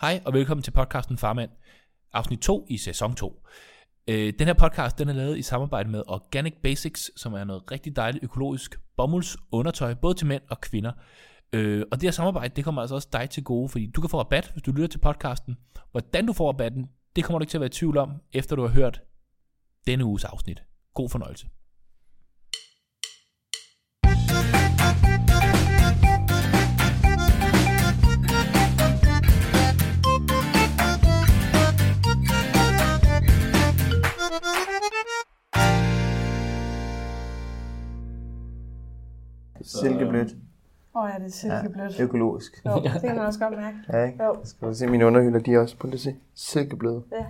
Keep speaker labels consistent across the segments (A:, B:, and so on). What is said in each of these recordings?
A: Hej og velkommen til podcasten Farmand, afsnit 2 i sæson 2. Øh, den her podcast den er lavet i samarbejde med Organic Basics, som er noget rigtig dejligt økologisk bomuldsundertøj, både til mænd og kvinder. Øh, og det her samarbejde, det kommer altså også dig til gode, fordi du kan få rabat, hvis du lytter til podcasten. Hvordan du får rabatten, det kommer du ikke til at være i tvivl om, efter du har hørt denne uges afsnit. God fornøjelse.
B: Silkeblødt.
C: Åh oh, ja, det er silkeblødt.
B: Ja, økologisk.
C: Jo, det kan man også godt mærke.
B: Ja, ikke?
C: Jo.
B: Jeg skal du se mine underhylder, de er også, prøv lige at se, silkebløde.
C: Ja.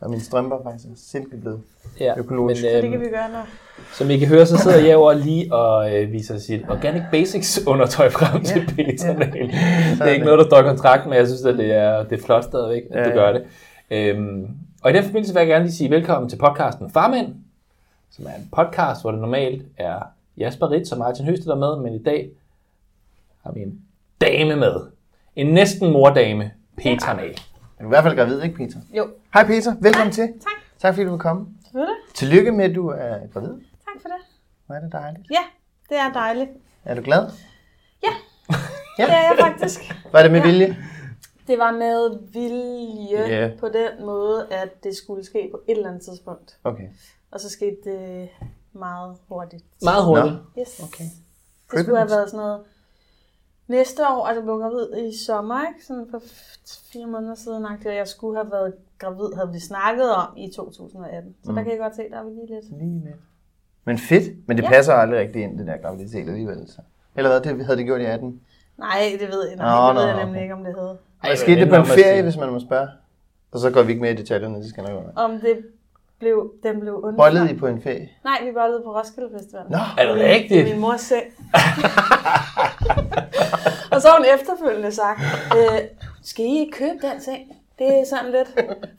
B: Og mine strømper faktisk er silkebløde.
D: Ja,
B: Økologisk.
D: Men,
C: Så
D: øhm,
C: det kan vi gøre nu.
D: Som I kan høre, så sidder jeg over lige og øh, viser sit Organic Basics undertøj frem til
B: Ja,
D: Peter. Det er
B: Sådan.
D: ikke noget, der står i kontrakten, men jeg synes, at det er, det er flot stadigvæk, at
B: Ja,
D: du
B: ja.
D: gør det. Øhm, og i den forbindelse vil jeg gerne lige sige velkommen til podcasten Farmænd, som er en podcast, hvor det normalt er Jasper Ritz og Martin Høsted der er med, men i dag har vi en dame med. En næsten mordame, Petra med.
B: Men du er i hvert fald gravid, ikke Peter?
C: Jo.
B: Hej Peter, velkommen til.
C: Tak.
B: Tak fordi du vil komme.
C: Ved du?
B: Tillykke med, at du er gravid.
C: Tak for det.
B: Hvor er det dejligt.
C: Ja, det er dejligt.
B: Er du glad? Ja.
C: Det er jeg faktisk.
B: Var det med vilje?
C: Det var med vilje
B: Ja.
C: på den måde, at det skulle ske på et eller andet tidspunkt.
B: Okay.
C: Og så skete det meget hurtigt.
D: Meget hurtigt.
C: Yes.
B: Okay.
C: Det skulle have været sådan noget næste år, altså jeg blev gravid i sommer, ikke? Sådan for f- fire måneder siden, og jeg skulle have været gravid, havde vi snakket om i 2018. Så mm. der kan jeg godt se, der er vi lige lidt.
B: Lige lidt. Men fedt. Men det passer aldrig rigtig ind, den der graviditet alligevel. Så. Eller hvad, det havde det gjort i 18?
C: Nej, det ved jeg, nej,
B: Nå,
C: det
B: nå,
C: ved jeg
B: okay.
C: nemlig ikke, om det hed.
B: Ej, skete det på en
D: Ender med at
B: ferie,
D: sige-
B: hvis man må spørge? Og så går vi ikke med i detaljerne, det skal nok være.
C: om det blev, den blev undfanget.
B: Bollede I på en ferie?
C: Nej, vi bollede på Roskilde Festival.
B: Nå,
D: Er det
C: I
D: rigtigt?
C: min mors seng. og så har hun efterfølgende sagt, øh, skal I ikke købe den seng? Det er sådan lidt,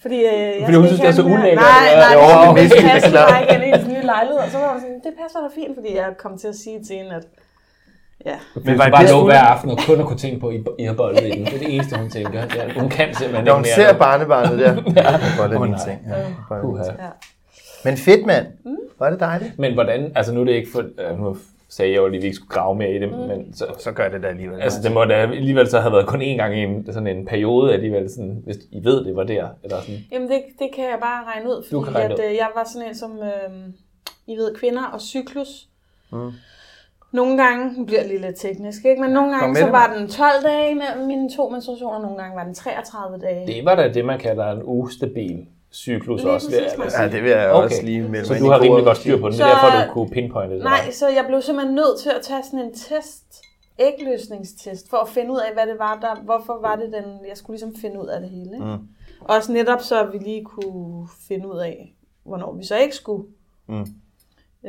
C: fordi... Øh, jeg
D: Fordi hun
C: skal
D: synes, det er
C: ikke
D: så
C: have den her.
D: ulækkert,
C: Nej,
D: eller
C: nej,
D: hvad? Jo,
C: det,
B: okay,
C: det passer
B: klart.
C: bare ikke ind i hendes nye lejlighed. Og så var hun sådan, det passer da fint, fordi jeg kom til at sige til hende, at... Ja,
D: Men
B: var
D: var
B: det
D: bare
B: bedst
D: lå
B: ud?
D: hver aften og kun at kunne tænke på, at I, I har boldet i den. Det er det eneste, hun tænker. Det er, hun kan simpelthen
B: Når hun
D: ikke
B: ser
D: mere.
B: barnebarnet der. ja. Bare lidt
D: Åh,
B: mine
D: nej.
B: ting. Ja, bare lidt mine
D: Puha.
B: ting.
C: ja.
B: Men fedt, mand.
D: Mm.
B: Var det dejligt?
D: Men hvordan, altså nu er det ikke for, øh, nu sagde jeg jo lige, at vi ikke skulle grave mere i
C: Mm.
D: det, men så,
B: Så gør det da alligevel.
D: altså det må da alligevel så have været kun én gang i en, sådan en periode alligevel, sådan, hvis I ved, det var der, eller sådan.
C: Jamen det, det kan jeg bare regne ud, fordi
D: Du kan regne
C: at,
D: ud.
C: øh, jeg var sådan en som, øh, I ved, kvinder og cyklus. Mm. Nogle gange, nu bliver det lige lidt teknisk, ikke? men nogle gange
B: med
C: så
B: det,
C: var den 12 dage mellem mine to menstruationer, nogle gange var den 33 dage.
D: Det var da det, man kalder en ustabil cyklus
C: Lige
D: også.
C: præcis,
D: jeg da
C: Martin.
B: Ja,
D: sige.
B: det vil jeg
D: Okay.
B: også lige melde
D: Så
B: mig
D: du
B: ind i
D: har rimelig
B: koret.
D: godt styr på den, det er
C: Så-
D: derfor, du kunne pinpointe det.
C: Nej, så jeg blev simpelthen nødt til at tage sådan en test, ægløsningstest, for at finde ud af, hvad det var, der, hvorfor var det den, jeg skulle ligesom finde ud af det hele. Ikke? Mm. Også netop så, at vi lige kunne finde ud af, hvornår vi så ikke skulle.
B: Mm.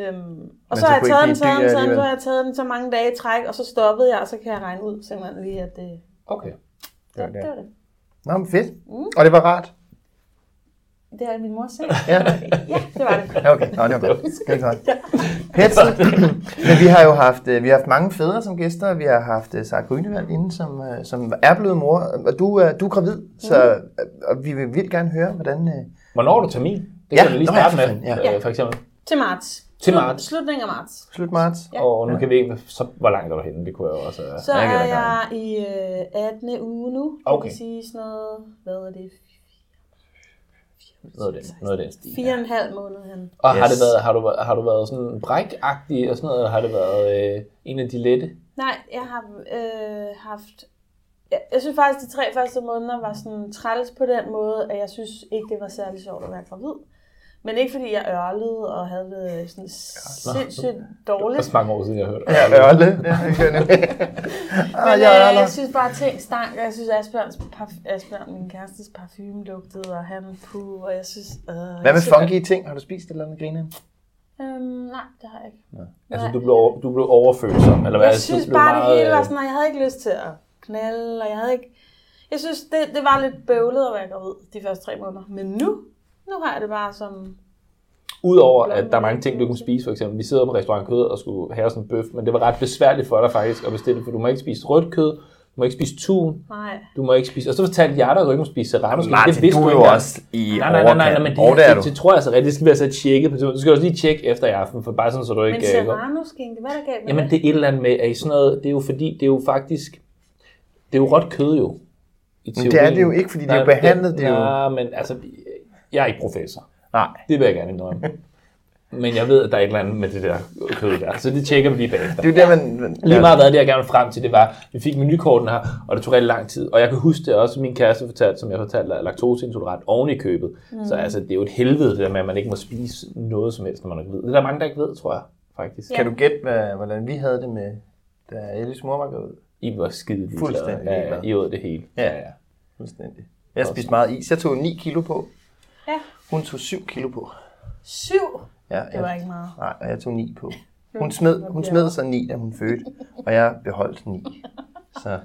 C: Øhm,
B: Men
C: og så,
B: så
C: har jeg
B: kunne I
C: taget
B: blive
C: den, taget
B: dyr
C: den, taget den,
B: alligevel.
C: så har jeg taget den så mange dage i træk, og så stoppede jeg, og så kan jeg regne ud simpelthen lige, at det,
D: Okay.
B: var
C: det, var
B: det.
C: det. det, var det.
B: Nå, men fedt.
D: Mm.
B: Og det var rart.
C: Det er min mors seng.
B: Ja.
C: ja, det var det.
B: Ja, okay. Nå, det var godt. Det er godt. Petsen. Men vi har jo haft, øh, vi har haft mange fædre som gæster. Vi har haft øh, Sara Grønevald inden, som, øh, som er blevet mor. Og du, er- du er gravid, så
D: Mm.
B: øh, og vi vil vildt gerne høre, hvordan... øh,
D: Hvornår er du termin? Det
B: Ja,
D: kan du lige
B: nå ja,
D: starte
B: for
D: med,
B: fanden, ja.
D: øh, for eksempel.
C: Til marts.
D: Til marts.
C: Slutningen af marts.
B: Slut marts.
C: Ja.
D: Og nu kan vi ikke, hvad- så, hvor langt er du henne? Det kunne jeg jo også... øh,
C: Så
B: Ja, det kan
C: er
B: jeg
C: jeg i øh, 18. uge nu.
D: Okay.
C: Det vil sige sådan noget, hvad er det?
D: Noget af den, noget af den stil.
C: Fire og en halv måned hen.
D: Og yes. har,
B: Yes.
D: det været, har, du, været- har du været sådan brækagtig og sådan noget, eller har det været øh, en af de lette?
C: Nej, jeg har øh, haft... Jeg, jeg synes faktisk, de tre første måneder var sådan træls på den måde, at jeg synes ikke, det var særlig sjovt at være gravid. Men ikke fordi jeg ørlede og havde det sådan sindssygt
D: Det er så
C: dårligt.
D: mange år siden, jeg har hørt.
B: Ja, ørle. Ja, det kan jeg nemlig.
C: Men
B: ah,
C: øh,
B: jeg er ørle.
C: jeg synes bare, at ting stank, og jeg synes, Asbjørns, parf- Asbjørn, min kærestes parfume lugtede, og han puh, og jeg synes... Øh,
B: Hvad med funky ting? Har du spist et eller andet griner?
C: Øhm, nej, det har jeg ikke.
D: Altså, du blev, over, du blev overfølsom, eller hvad?
C: Jeg
D: Altså, du
C: synes
D: blev
C: bare, det hele
D: øh,
C: var sådan, at jeg havde ikke lyst til at knalde, og jeg havde ikke... Jeg synes, det, det var lidt bøvlet at være gravid de første tre måneder. Men nu, nu har jeg det bare som...
D: Udover, at der er mange ting, du kunne spise, for eksempel. Vi sidder på restaurant kød og skulle have sådan en bøf, men det var ret besværligt for dig faktisk at bestille, for du må ikke spise rødt kød, du må ikke spise tun,
C: Nej.
D: du må ikke spise... Og så fortalte jeg dig, at du ikke må spise serrano.
B: Martin, du er jo også i
D: Nej, nej, nej, nej, nej, men det,
B: Og
D: det,
B: det er du.
D: det, det, tror jeg så rigtigt, det skal være så tjekket på. Du skal også lige tjekke efter i aften, for bare sådan, så du ikke...
C: Men
D: øh, går-
C: serrano-skinke, hvad er der galt med
D: Jamen det er et eller andet med, at i sådan noget, det er jo fordi, det er jo faktisk, det er jo råt kød jo. I
B: det er det jo ikke, fordi det er jo behandlet, det er jo-
D: Nej, men altså, jeg er ikke professor.
B: Nej.
D: Det vil jeg gerne indrømme. men jeg ved, at der er et eller andet med det der kød der, så det tjekker vi lige bagefter.
B: Det er jo der, man... man-
D: Lige meget hvad det, jeg gerne vil frem til, det var, vi fik menukorten her, og det tog rigtig lang tid. Og jeg kan huske det også, min kæreste fortalte, som jeg fortalte, er laktoseintolerant oven i købet. Mm. Så altså, det er jo et helvede, det der med, at man ikke må spise noget som helst, når man er gravid. Det er der mange, der ikke ved, tror jeg, faktisk.
B: Kan du gætte, hvad- hvordan vi havde det med, da Ellis mor var gået?
D: I var skide ligeglade.
B: Fuldstændig
D: Ja, ja,
B: ligeglade.
D: I åd det hele.
B: Ja, ja. Fuldstændig. Jeg spiste meget is. Jeg tog 9 kilo på.
C: Ja.
B: Hun tog 7 kilo på.
C: Syv?
B: Ja,
C: Det var ikke meget.
B: Nej, og jeg tog 9 på. Hun smed, hun smed så 9, da hun fødte, og jeg beholdt 9. Så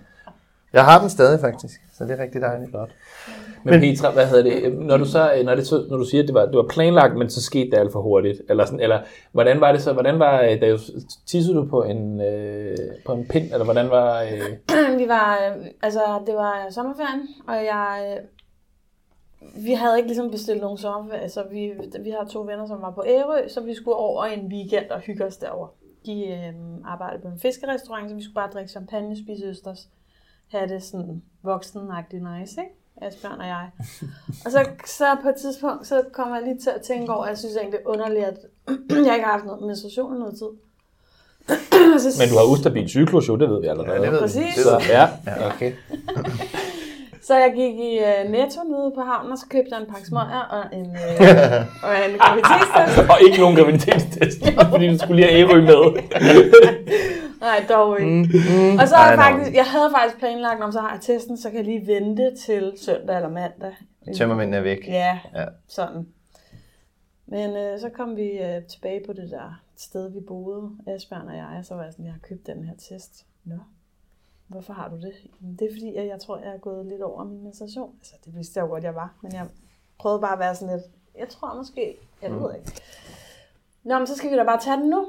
B: jeg har den stadig faktisk, så det er rigtig dejligt. Flot.
D: Men, men Petra, hvad hedder det? Når du, så, når det, så- når du siger, at det var, det var planlagt, men så skete det alt for hurtigt. Eller, sådan, eller hvordan var det så? Hvordan var, øh, da jo, tissede du på en, øh, på en pind? Eller hvordan var... Øh,
C: Vi var, øh, altså, det var sommerferien, og jeg, øh, vi havde ikke ligesom bestilt nogen sommerferie, så vi, vi har to venner, som var på Ærø, så vi skulle over en weekend og hygge os derover. De øh, arbejdede på en fiskerestaurant, så vi skulle bare drikke champagne, spise østers, have det sådan voksenagtigt nice, ikke? Asbjørn og jeg. Og så, så på et tidspunkt, så kommer jeg lige til at tænke over, at jeg synes egentlig, det er underligt, at jeg ikke har haft noget menstruation i noget tid. Så-
D: men du har ustabil cyklus jo, det ved vi allerede.
B: Ja, det ved vi.
C: Præcis.
B: Det ved
D: Så,
B: vi.
D: ja, okay.
C: Så jeg gik i uh, Netto nede på havnen, og så købte jeg en pakke smøger og en, uh, og en gravitetstest.
D: Og ikke nogen graviditetstest, fordi du skulle lige have Ærø med.
C: Nej, dog ikke. Mm. Og så
B: Ej,
C: havde jeg,
B: nej.
C: faktisk, jeg havde faktisk planlagt, om så har jeg testen, så kan jeg lige vente til søndag eller mandag.
B: Tømmermændene er væk.
C: Ja,
B: Ja.
C: ja. sådan. Men øh, så kom vi øh, tilbage på det der sted, vi boede, Asbjørn og jeg, og så var jeg sådan, jeg har købt den her test. Nå, hvorfor har du det? Jamen, det er fordi, at jeg tror, jeg er gået lidt over min menstruation. Altså, det vidste jeg jo godt, jeg var, men jeg prøvede bare at være sådan lidt, jeg tror måske, jeg
D: Mm.
C: ved ikke. Nå, men så skal vi da bare tage den nu.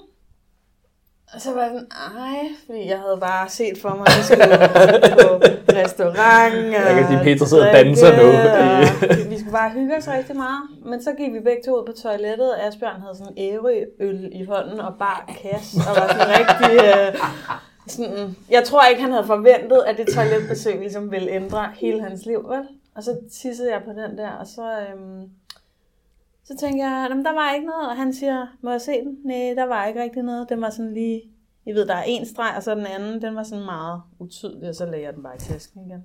C: Og så var jeg sådan, ej, fordi jeg havde bare set for mig, at jeg skulle på restaurant.
D: Jeg kan sige,
C: og
D: Peter sidder og danser nu,
C: drikke,
D: fordi-
C: og Vi skulle bare hygge os rigtig meget. Men så gik vi begge to ud på toilettet, og Asbjørn havde sådan en ærøøl i hånden og bar kasse, og var sådan rigtig... Øh, sådan, jeg tror ikke, han havde forventet, at det toiletbesøg ligesom ville ændre hele hans liv, vel? Og så tissede jeg på den der, og så... Øhm, så tænkte jeg, jamen, der var ikke noget, og han siger, må jeg se den? Nej, der var ikke rigtig noget. Den var sådan lige, jeg ved, der er en streg, og så den anden, den var sådan meget utydelig, og så lagde jeg den bare i tasken igen.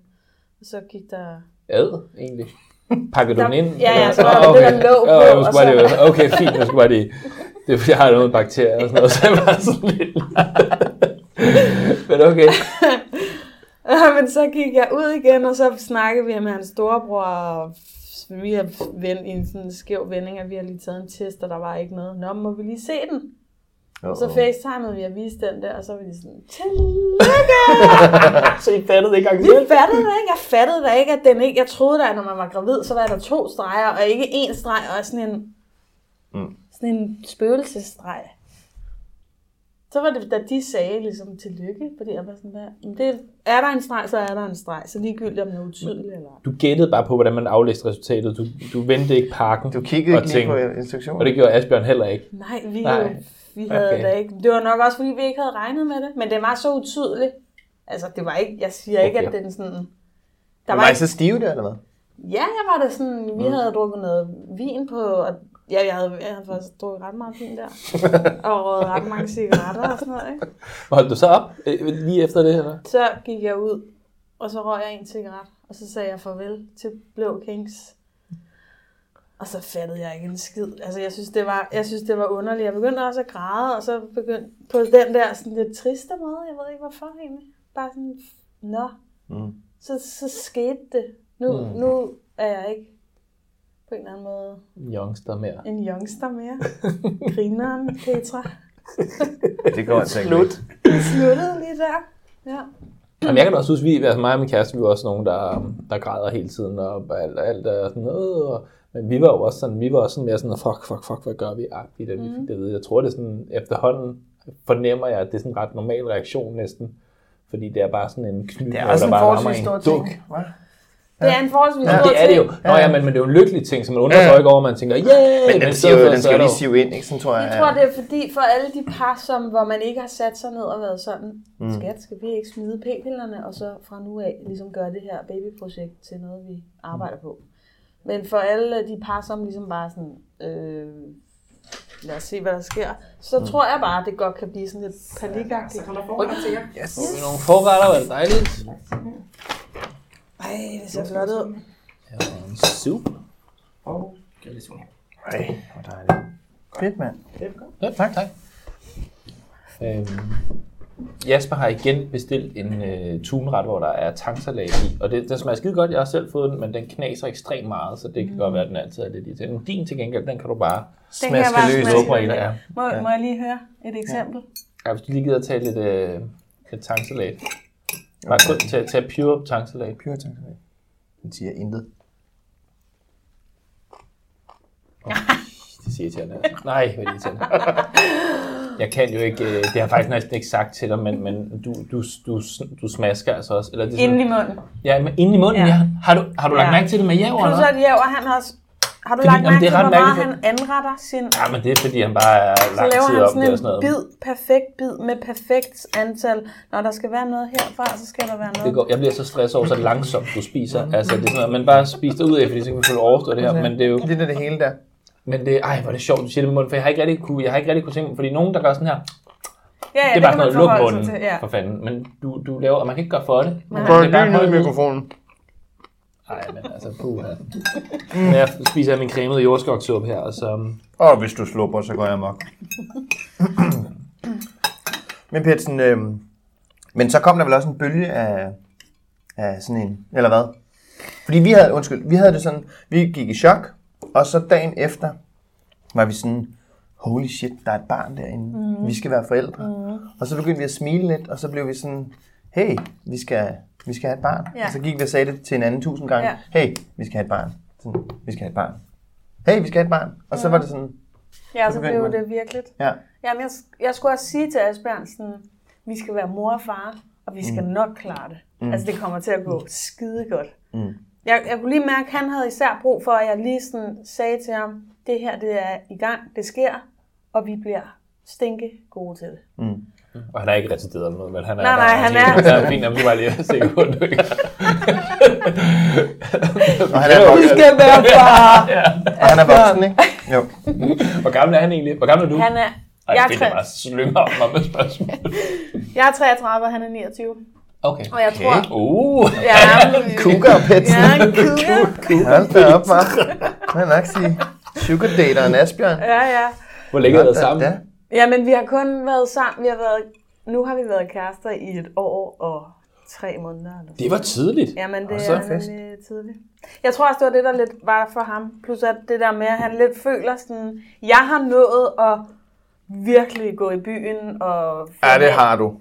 C: Og så gik der...
D: Ad, egentlig. Pakker du
C: Der-
D: den ind?
C: ja, ja, så var
D: Nå,
C: der det, der lå på,
D: Åh, nu
C: og
D: skulle bare
C: så-
D: det- okay, fint, nu skal bare det. Det er fordi, jeg har noget med bakterier og sådan noget, så jeg var sådan lidt... Men okay.
C: Men så gik jeg ud igen, og så snakkede vi med hans storebror, og vi har vendt i en sådan skæv vending, at vi har lige taget en test, og der var ikke noget. Nå, må vi lige se den? Og så facetimede vi og viste den der, og så var de sådan, tillykke!
D: Så I fattede ikke engang
C: Vi fattede det ikke, jeg fattede da ikke, at den ikke, jeg troede da, at når man var gravid, så var der to streger, og ikke én streg, og sådan en, mm. sådan en spøgelsesstreg. Så var det, da de sagde ligesom tillykke, fordi jeg var sådan der, "Men det, er der en streg, så er der en streg, så ligegyldigt om det er utydeligt eller ej."
D: Du gættede bare på, hvordan man aflæste resultatet. Du, du vendte ikke parken.
B: Du kiggede
D: og
B: ikke lige
D: tænkte-
B: på instruktioner.
D: Og det gjorde Asbjørn heller ikke.
C: Nej, vi,
D: Nej.
C: vi havde
D: Okay.
C: okay. da ikke. Det var nok også, fordi vi ikke havde regnet med det, men det var så utydeligt. Altså, det var ikke, jeg siger ikke,
D: Okay.
C: at den sådan... Der
B: Der
C: var
B: var I
C: ikke,
B: så stive der, eller hvad?
C: ja, jeg var da sådan, vi havde drukket noget vin på, og ja, jeg havde, jeg havde faktisk drukket ret meget vin der, og røget ret mange cigaretter og sådan noget, ikke?
D: Holdt du så op øh, lige efter det, eller?
C: Så gik jeg ud, og så røg jeg en cigaret, og så sagde jeg farvel til Blå Kings. Og så fattede jeg ikke en skid. Altså, jeg synes, det var, jeg synes, det var underligt. Jeg begyndte også at græde, og så begyndte på den der sådan lidt triste måde. Jeg ved ikke, hvorfor egentlig. Bare sådan, nå.
B: Mm.
C: Så, så skete det. Nu, mm. nu er jeg ikke på en eller anden måde
D: Youngster mere.
C: en youngster mere. Grineren, Petra.
B: Det går altså ikke. Slut.
C: Sluttede lige der. Ja.
D: Jamen, jeg kan da også huske, vi, altså mig og min kæreste, vi var også nogen, der, der græder hele tiden, og alt, alt er sådan noget, og, men vi var jo også sådan, vi var også sådan mere sådan, fuck, fuck, fuck, hvad gør vi? Agtigt, at vi fik det at vide. Jeg tror, det er sådan, efterhånden fornemmer jeg, at det er sådan en ret normal reaktion næsten, fordi det er bare sådan en knytning,
B: Det er også
D: der
B: en
D: bare rammer
B: forholdsvis
D: en.
B: stor ting. hva?
C: Det er en forholdsvis
D: Ja,
C: stor
D: det er det jo.
C: ting.
D: Nå ja, men, men det er jo en lykkelig ting, som man undrer sig
B: Ja.
D: jo ikke over, man tænker, yeah!
B: Men den skal, jo, den skal jo lige sive ind, ikke? Sådan tror jeg.
C: Jeg tror, det er fordi for alle de par, som, hvor man ikke har sat sig ned og været sådan, mm. skat, skal vi ikke smide p-pillerne, og så fra nu af ligesom gøre det her babyprojekt til noget, vi arbejder mm. på. Men for alle de par, som ligesom bare sådan, øh, lad os se, hvad der sker, så mm. tror jeg bare, det godt kan blive sådan lidt panikagtigt.
D: Yes. Nogle forretter var det dejligt.
C: Ej, det ser flot ud.
D: En Soup.
B: Ej, hvor dejligt. Fedt, mand.
D: Ja, tak. tak. Øhm, Jasper har igen bestilt en øh, tunret, hvor der er tangsalat i, og det, den smager skide godt. Jeg har selv fået den, men den knaser ekstremt meget, så det kan godt være, at den altid er lidt irriterende. Men Din til gengæld, den kan du bare
C: Den kan jeg
B: Smaske
C: bare
B: løs.
C: smaske.
D: lukke i dig. Ja.
C: Må, må jeg lige høre et eksempel?
D: Ja, hvis du lige gider tage lidt, øh, lidt tangsalat. Bare kun tage, tage pure tangsalat.
B: Pure tak. skal du have. Den siger intet.
D: Det siger irriterende. altså. Nej, hvor er det irriterende. Jeg kan jo ikke, øh, det har jeg faktisk næsten ikke sagt til dig, men, men du, du, du, du smasker altså også. Eller det er sådan,
C: Inden i munden.
D: Ja, men inde i munden, ja.
C: Ja.
D: ja. Har, du, har du lagt
C: Ja.
D: mærke til det med jævn
C: Plus
D: eller
C: at ja, og han har også, har du
D: Fordi-
C: lagt
D: jamen,
C: mærke
D: det
C: til,
D: er
C: hvor
D: ret
C: meget han
D: mærkeligt,
C: anretter sin
D: Ja, men det er fordi, han bare er
C: Så
D: lang
C: laver
D: tid
C: han
D: om det
C: sådan
D: og
C: en
D: sådan noget.
C: bid, perfekt bid med perfekt antal. Når der skal være noget herfra, så skal der være
D: Det
C: noget.
D: går. Jeg bliver så stresset over, så langsomt du
C: Mm.
D: spiser. Altså, det er sådan noget, man bare spiser ud af, fordi så kan vi selvfølgelig overstå det
C: Altså.
D: her. Men det er jo,
B: Det er det hele der.
D: men det, ej, hvor er det sjovt, du siger det med munden, for jeg har ikke rigtig kunne, jeg har ikke rigtig kunne tænke mig, fordi nogen, der gør sådan her,
C: Ja, ja,
D: det er bare sådan
C: kan
D: noget,
C: man
D: luk
C: forholde sig til,
D: munden,
C: ja.
D: for fanden. Men du, du laver, og man kan ikke gøre for det. Man
B: Går
D: kan bare holde ud.
B: mikrofonen.
D: Ej, men altså, puha. Men jeg spiser min cremede jordskoksuppe her, og så...
B: Og hvis du slupper, så går jeg mok. men Petsen, øh, men så kom der vel også en bølge af, af sådan en, eller hvad? Fordi vi havde, undskyld, vi havde det sådan, vi gik i chok, og så dagen efter var vi sådan, holy shit, der er et barn derinde, mm. vi skal være forældre. Mm. Og så begyndte vi at smile lidt, og så blev vi sådan, hey, vi skal, vi skal have et barn.
C: Ja.
B: Og så gik vi og sagde det til hinanden tusind gange,
C: Ja.
B: hey, vi skal have et barn. Sådan, vi skal have et barn. Hey, vi skal have et barn. Og så var det sådan,
C: Ja, så
B: begyndte
C: blev
B: man.
C: det virkelig.
B: Ja.
C: Jamen, jeg, jeg skulle også sige til Asbjørnsen, vi skal være mor og far, og vi skal mm. nok klare det. Mm. Altså, det kommer til at gå skide godt. Mm. Jeg, jeg kunne lige mærke, at han havde især brug for, at jeg lige sådan sagde til ham, det her, det er i gang, det sker, og vi bliver stinke gode til det.
D: Og han er ikke retarderet eller noget, men han er
C: Nej, nej, han er-
D: Det er fint, at du var lige sikker på, at du ikke...
B: Og han er voksen,
C: skal være far!
B: og han er voksen ikke? Jo.
D: Hvor gammel er han egentlig? Hvor gammel er du?
C: Han er,
D: Ej,
C: jeg,
D: det er
C: er
D: da bare
C: tre,
D: slynger om mig med spørgsmål.
C: jeg er 33, og han er 29.
D: Okay.
C: Og jeg tror...
D: Uh,
C: Ja,
B: Cougar Petsen.
C: ja, en cougar.
B: Hold da op, hva'? Hvad er nok sige? Sugar dater en Asbjørn.
C: Ja, ja.
D: hvor længe har I været sammen?
B: Da.
C: Ja, men vi har kun været sammen. Vi har været, nu har vi været kærester i et år og tre måneder. Eller sådan.
D: Det var tidligt.
C: Jamen, det
B: Og så
C: er
B: fest.
C: nemlig tidligt. Jeg tror også, det var det, der lidt var for ham. Plus at det der med, at han lidt føler sådan, jeg har nået at virkelig gå i byen og
B: Ja, det har du.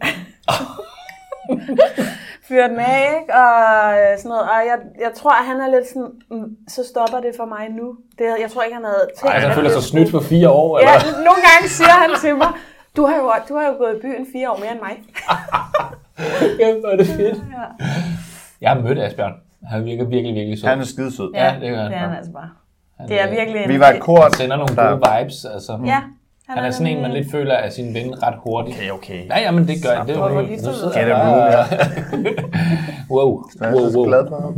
C: fyre den af, ikke? Og øh, sådan noget. Og jeg, jeg tror, at han er lidt sådan, "Mm, så stopper det for mig nu. Det, jeg tror ikke, han havde tænkt.
D: Ej, han
C: at
D: føler
C: det
D: sig
C: skulle-
D: snydt for fire år,
C: Ja,
D: eller?
C: nogle gange siger han til mig, Du har, jo, du har jo gået i byen fire år mere end mig.
D: Kæft, hvor er det fedt. Jeg har mødt Asbjørn. Han virker virkelig, virkelig sød.
B: Han er skidesød.
D: Ja, det gør han.
C: Det er han altså bare. Det er virkelig en...
B: Vi var et kort.
D: Han sender nogle gode
B: der-
D: vibes. Altså.
C: Ja.
D: Han er sådan en, man
C: nemlig-
D: lidt føler er sin ven ret hurtigt.
B: Okay, okay.
D: Ja, ja, men det gør jeg. Det er
C: Hvor- hvor
D: jo
C: lige
D: nu
C: så-
D: sidder
B: Get a
D: jeg
B: room,
D: bare-
B: ja.
D: Wow,
B: Jeg
D: wow,
B: er så
D: wow.
B: glad for ham.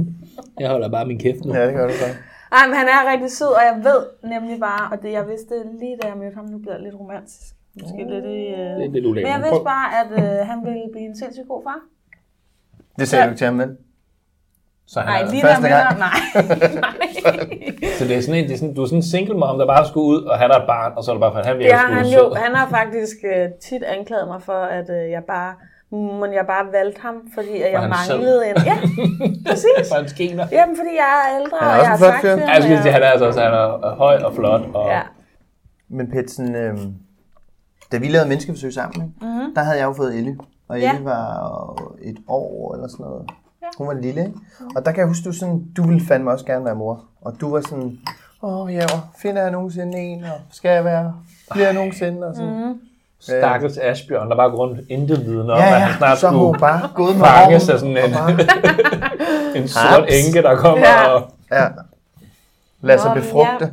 D: Jeg holder bare min kæft nu.
B: Ja, det gør du så.
C: Ej, men han er rigtig sød, og jeg ved nemlig bare, og det jeg vidste lige da jeg mødte ham, nu bliver jeg lidt romantisk. Måske lidt i... Øh...
D: Det er lidt ulækkert.
C: Men jeg vidste bare, at øh, han ville blive en sindssygt god far.
B: Det sagde du ikke til ham, vel?
D: Så, han
C: Nej,
D: er,
C: lige der
B: første
C: med
B: gang.
C: Nej, nej.
D: så det er sådan en, det er sådan, du er sådan en single mom, der bare skulle ud, og han er et barn, og så er det bare for, at han
C: Det
D: virker
C: har
D: sgu
C: han
D: sød.
C: jo. Han har faktisk øh, tit anklaget mig for, at øh, jeg bare... Men jeg bare valgte ham, fordi at jeg
D: han sad.
C: manglede en... Ja, præcis.
D: For en skener.
C: Jamen, fordi jeg er ældre,
B: Han er også en
C: og jeg har
B: flot
C: sagt
B: fyr.
C: til
D: Ja, jeg skulle lige sige,
C: ham,
D: han er altså også han er høj og flot. Og
C: ja.
B: Men Petsen, øh, da vi lavede menneskeforsøg sammen, ikke? Mm-hmm. der havde jeg jo fået Ellie. Og Ellie
C: Ja.
B: var et år eller sådan noget. Hun var lille, ikke? Og der kan jeg huske, du, sådan, du ville fandme også gerne være mor. Og du var sådan, åh ja, finder jeg nogensinde en, og skal jeg være, bliver jeg nogensinde, og sådan. Mm-hmm.
D: Stakkels Asbjørn, der bare går rundt intet viden om,
B: Ja,
D: at han
B: ja,
D: snart
B: så har hun
D: skulle
B: bare gået med
D: fanges af
B: armen,
D: sådan
B: og
D: en,
B: bare-
D: en sort
B: Haps.
D: enke, der kommer
C: Ja.
D: og...
B: Ja. Lad sig
C: Nå, men
B: Altså, befrugte.
C: jeg-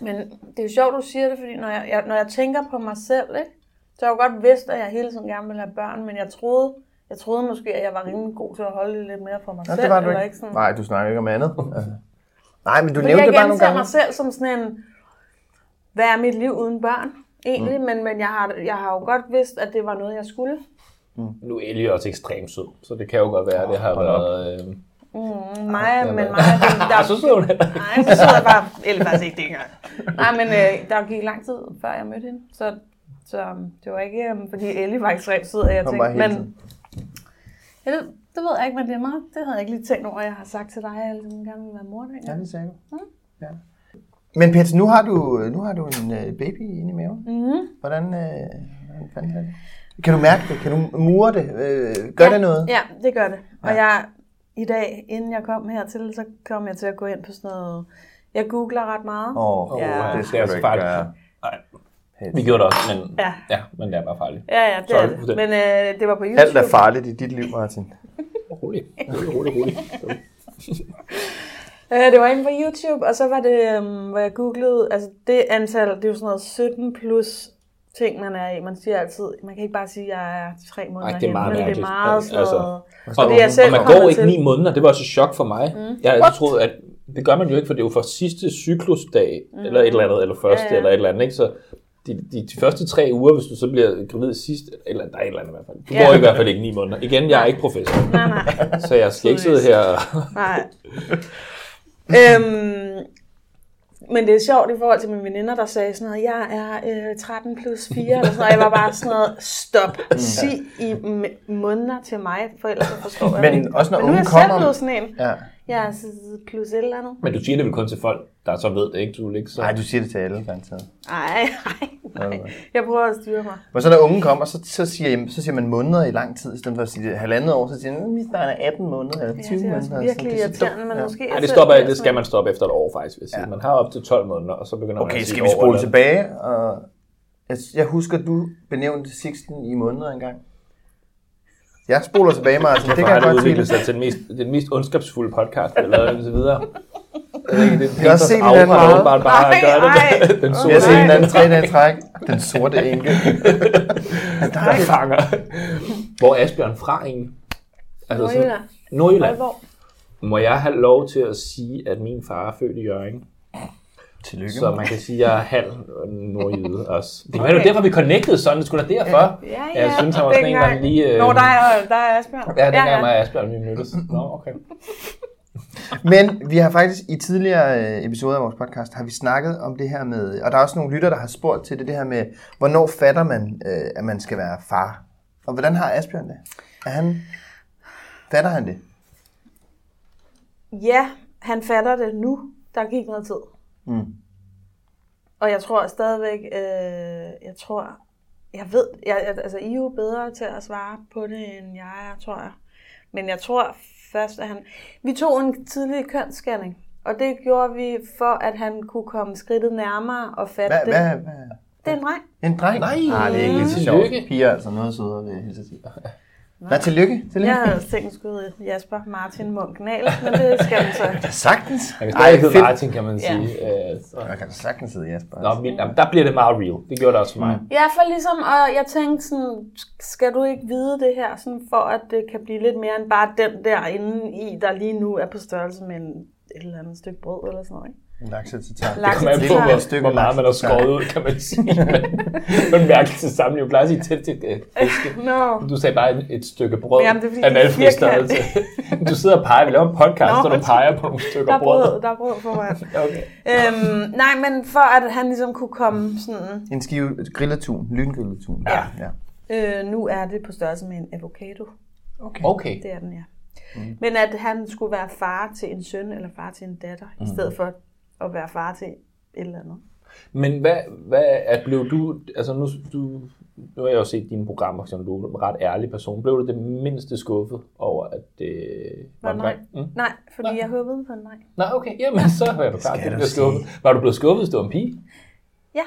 C: Men det er jo sjovt, du siger det, fordi når jeg, jeg, når jeg tænker på mig selv, ikke, så har jeg jo godt vidst, at jeg hele tiden gerne ville have børn, men jeg troede, jeg troede måske, at jeg var rimelig god til at holde det lidt mere for mig
B: Nå,
C: selv.
B: det var du
C: eller
B: ikke.
C: sådan.
B: Nej, du snakker ikke om andet. Altså. Nej, men du
C: Fordi
B: nævnte
C: jeg
B: det bare nogle
C: genser
B: gange.
C: mig selv som sådan en, hvad er mit liv uden børn? Egentlig, mm. men, men jeg, har, jeg har jo godt vidst, at det var noget, jeg skulle.
D: Nu er Ellie også ekstremt sød, så det kan jo godt være, at det har
B: hold op.
D: været... Øh...
C: Mm, Maja, men Maja, den, der,
D: Ah, så sidder hun her.
C: nej, så sidder jeg bare, eller faktisk ikke det engang. Nej, men øh, der gik lang tid, før jeg mødte hende, så, så øhm, det var ikke, øhm, fordi Ellie var ekstremt sød, at jeg
B: Kom
C: tænkte,
B: bare hele
C: men
B: tiden.
C: jeg ved, det ved jeg ikke, men det er meget, det havde jeg ikke lige tænkt over, jeg har sagt til dig, at jeg altid gerne ville være mor
B: Ja,
C: dengang.
B: det sagde du.
C: Mm.
B: Ja. Men Pets, nu har du, nu har du en øh, baby inde i maven.
C: Mm-hmm.
B: Hvordan, øh, hvordan fanden er det? Kan du mærke det? Kan du mure det? Øh, gør
C: ja,
B: det noget?
C: Ja, det gør det. Og
B: Ja.
C: jeg, i dag, inden jeg kom hertil, så kom jeg til at gå ind på sådan noget... Jeg googler ret meget.
B: Åh, oh,
C: Ja.
B: det skal
D: Det er
B: du
D: så
B: ikke
D: farligt.
B: gøre.
D: Nej. Vi gjorde det også, men,
C: Ja.
D: ja, men det er bare farligt.
C: Ja, ja, det
D: Sorry
C: er
D: for
C: det.
D: det.
C: Men øh, det var på YouTube.
B: Alt er farligt i dit liv, Martin.
D: Rolig, rolig, rolig, rolig.
C: Øh, det var inde på YouTube, og så var det, øhm, hvor jeg googlede... Altså, det antal, det er jo sådan noget 17 plus ting, man er i. Man siger altid... Man kan ikke bare sige, at jeg er tre måneder
D: Ej, det er meget
C: henne, men det er
D: mærkeligt.
C: meget sådan
D: Altså,
C: noget...
D: Og,
C: det er jeg selv
D: og man
C: kommet
D: går ikke
C: til.
D: ni måneder, det var også et chok for mig. Mm. Jeg havde altid troet, at det gør man jo ikke, for det er jo for sidste cyklusdag, mm. eller et eller andet, eller første,
C: Ja,
D: ja,
C: ja.
D: ja. eller et eller andet, ikke? Så de, de, de, første tre uger, hvis du så bliver gravid sidst, eller der er et eller andet i hvert fald. Du
C: Ja.
D: ja. går i hvert fald ikke ni måneder. Igen, jeg er ikke professor,
C: Nej, nej.
D: så jeg skal ikke sidde her og
C: Nej. øhm, men det er sjovt i forhold til mine veninder, der sagde sådan noget, jeg er øh, 13 plus 4, eller sådan noget. Jeg var bare sådan noget, stop,
D: Mm.
C: sig i m- måneder til mig, for ellers så forstår jeg
B: Men
C: det ikke.
B: også når
C: Men nu er
B: ungen
C: jeg selv
B: kommer-
C: blevet sådan en.
B: Ja.
C: Jeg er så- plus et eller andet.
D: Men du siger det vel kun til folk, der så ved det, ikke? Du vil ikke så...
B: Nej, du siger det til alle, garanteret.
C: Ej, nej, nej. Jeg prøver at styre mig.
B: Men så når ungen kommer, så, så, siger, så siger man måneder i lang tid, i stedet for at sige halvandet år, så siger man, mit barn er 18 måneder eller 20
C: Ja, det er
B: måneder.
C: også
B: eller sådan.
C: virkelig
B: Det er så dumt.
C: irriterende, men
B: Ja.
C: måske... er
D: Ej,
C: jeg
D: det,
C: selv
D: stopper,
C: blevet
D: det
C: sådan
D: skal
C: en-
D: man stoppe efter et år, faktisk. Hvis ja. Man har op til 12 måneder, og så begynder man
B: Okay,
D: at sige
B: skal
D: et
B: vi
D: Altså, år
B: spole
D: eller-
B: tilbage? Og jeg, jeg husker, du benævnte 16 i måneder engang. Jeg spoler tilbage, Martin. Det kan
D: Hvor har
B: jeg
D: det
B: godt
D: udviklet
B: sige.
D: sig til den mest, den mest ondskabsfulde podcast, vi har lavet indtil videre. Jeg ved ikke, Det
B: Jeg har set
D: Peters
B: hinanden
D: aura, der
B: meget.
D: åbenbart bare
C: Ej,
D: gør det.
C: ej.
D: Den
B: Vi har
D: sorte
B: set hinanden tre dage i træk. Den sorte enke.
D: der fanger. Hvor er Asbjørn fra egentlig? Altså sådan-
C: Nordjylland.
D: Nordjylland.
C: Aalborg.
D: Må jeg have lov til at sige, at min far er født i Jørgen?
B: Tillykke.
D: Så man kan sige, at jeg er halv nordjyde også. Det var okay. jo derfor, vi connectede sådan. Det skulle da derfor.
C: Ja, ja.
D: Jeg synes, han var sådan en, der
C: Dengang-
D: lige... Øh,
C: Nå, der er, der er Asbjørn.
D: Ja, dengang ja, ja. mig og Asbjørn, vi mødtes. Nå, okay.
B: Men vi har faktisk i tidligere øh, episoder af vores podcast, har vi snakket om det her med, og der er også nogle lytter, der har spurgt til det, det her med, hvornår fatter man, øh, at man skal være far? Og hvordan har Asbjørn det? Er han, fatter han det?
C: Ja, han fatter det nu. Der gik noget tid. Mm. Og jeg tror stadigvæk, øh, jeg tror, jeg ved, jeg, jeg, altså I er jo bedre til at svare på det, end jeg er, tror jeg. Men jeg tror først, at han... Vi tog en tidlig kønsscanning, og det gjorde vi for, at han kunne komme skridtet nærmere og fatte
B: Hvad,
C: det.
B: hvad, hvad?
C: Det er en dreng.
B: En dreng?
D: Nej.
B: ah, det er ikke lige så
D: Tillykke.
B: sjovt. Piger er altså noget sødere, vil jeg hilse at sige. Nej, tillykke. tillykke.
C: Jeg havde tænkt, at skulle hedde Jasper Martin Munk Nahl, men det skal den så.
B: Ja, sagtens.
D: Han kan
B: Ej,
D: stadig hedde
B: fedt.
D: Martin, kan man sige. Øh, så-
B: Jeg kan sagtens hedde Jasper.
D: Nå, vildt. Jamen, der bliver det meget real. Det gjorde det også for mig.
C: Ja, for ligesom, og jeg tænkte sådan, skal du ikke vide det her, sådan for at det kan blive lidt mere end bare den der inde i, der lige nu er på størrelse med en, et eller andet stykke brød eller sådan noget. Ikke?
B: En lakse til tang.
C: Laks-
D: Man
C: Altså, Det
D: på,
C: er et
D: hvor,
B: stykke
D: hvor meget man har
B: laks.
D: skåret ud, kan man sige. Men mærkeligt til sammen. Jeg plejer at sige tæt til øh, fiske.
C: No.
D: Du sagde bare et, et stykke brød
C: Jamen, det er fordi,
D: af
C: det er
D: valgfri
C: firkantet.
D: størrelse. Du sidder og peger. Vi laver en podcast,
C: Nå,
D: hvor du peger på nogle
C: Der
D: stykker
C: er
D: brød.
C: brød, der er brød foran.
D: Okay.
C: øhm, nej, men for at han ligesom kunne komme sådan,
B: En skive et grilletun, lyngrilletun.
D: Ja.
B: ja.
C: øh, nu er det på størrelse med en avocado.
B: Okay.
D: okay.
C: Det er den, ja. Mm. Men at han skulle være far til en søn eller far til en datter, mm. i stedet for at være far til et eller andet.
D: Men hvad, hvad er, blev du, altså nu, du, nu har jeg jo set dine programmer, som du er en ret ærlig person. Blev du det mindste skuffet over, at det var en
C: nej.
D: dreng? Mm?
C: Nej, fordi
D: Nej.
C: jeg håbede på en nej.
D: Nej, okay. Jamen, så var du klar,
B: skal
D: at du
B: du
D: blev
B: sige.
D: skuffet. Var du blevet skuffet, hvis du var en pige?
C: Ja,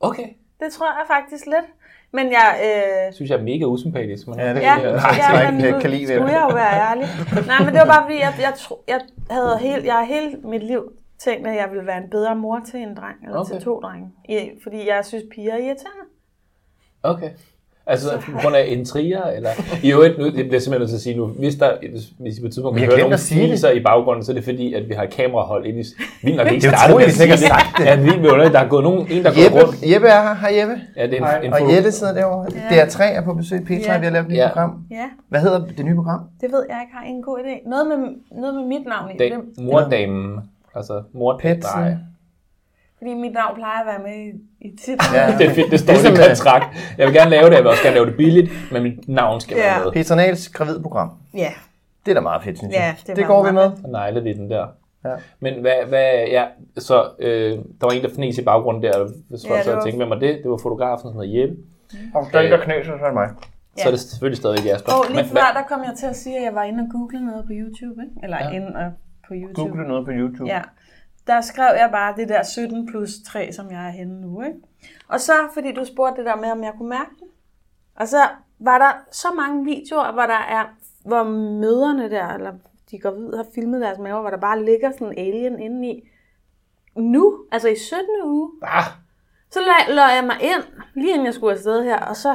D: Okay.
C: det tror jeg faktisk lidt. Men jeg... Øh,
D: Det synes jeg er mega usympatisk. Men
B: Ja, det
C: Ja,
B: er
C: ja,
B: ja,
D: Nej,
B: ja,
C: men
B: ikke
C: nu
B: jeg kan lide ved
C: skulle jeg jo være ærlig. Nej, men det var bare fordi, jeg, jeg, tro, jeg havde hele, jeg har hele mit liv tænkt, at jeg ville være en bedre mor til en dreng, eller okay.
D: Okay.
C: til to drenge. I, fordi jeg synes, piger er irriterende.
D: Okay. Altså på grund af intriger, eller... I øvrigt, nu, det bliver jeg simpelthen nødt til at sige nu, hvis, der, hvis- hvis I på et tidspunkt
B: Vi har
D: kan høre
B: glemt
D: nogle
B: at sige det.
D: fniser i baggrunden, så er det fordi, at vi har et kamerahold inde i... Vildt nok ikke
B: Det er
D: startet
B: utroligt,
D: med
B: vi ikke
D: at sige
B: har sagt det.
D: Ja, det er vildt underligt. Der er gået nogen, en, der er gået
B: Jeppe,
D: rundt.
B: Jeppe er her. Hej Jeppe.
D: Ja, det er en, en
B: Og
D: fod-
B: Jette sidder derovre. Ja. DR3 er på besøg. P3,
C: Ja.
B: vi har lavet et nyt
D: Ja.
B: program.
C: Ja,
B: Hvad hedder det nye program?
C: det ved jeg ikke, har en god idé. Noget med, noget med mit navn i
D: dag,
C: det.
D: mordamen. Altså, mordamen.
B: Petsen.
D: Nej.
C: Fordi mit navn plejer at være med i, i titlen.
B: Ja.
D: Det er fedt, det står i
B: Ligesom,
D: min kontrakt. Jeg vil gerne lave det, jeg vil også gerne lave det billigt, men mit navn skal
C: Ja.
D: være med.
B: Peter Nahls gravidprogram.
C: ja.
B: Det er da meget fedt, synes jeg.
C: Ja, det er
B: det
C: meget,
B: går vi med.
C: meget
D: Så nejlede vi den der.
B: Ja.
D: Men hvad, hvad ja, så øh, der var en, der fnes i baggrunden der, hvis folk
C: det
D: så
C: var-
D: tænkte, hvem var det? Det var fotografen, som hed Jeppe.
B: Og der er ikke der knæser, så er det mig.
D: Så er det selvfølgelig stadig Jasper.
C: Og lige
D: Men hvad-
C: før, der kom jeg til at sige, at jeg var inde og google noget på YouTube, ikke? Eller ja. inde og på YouTube.
B: Google noget på YouTube.
C: Ja. Der skrev jeg bare det der 17 plus 3, som jeg er henne nu, ikke? Og så, fordi du spurgte det der med, om jeg kunne mærke det. Og så var der så mange videoer, hvor der er, hvor møderne der, eller de går ud har filmet deres maver, hvor der bare ligger sådan en alien inde i. Nu, altså i 17. uge,
D: Ah,
C: så lå lå jeg mig ind, lige inden jeg skulle afsted her, og så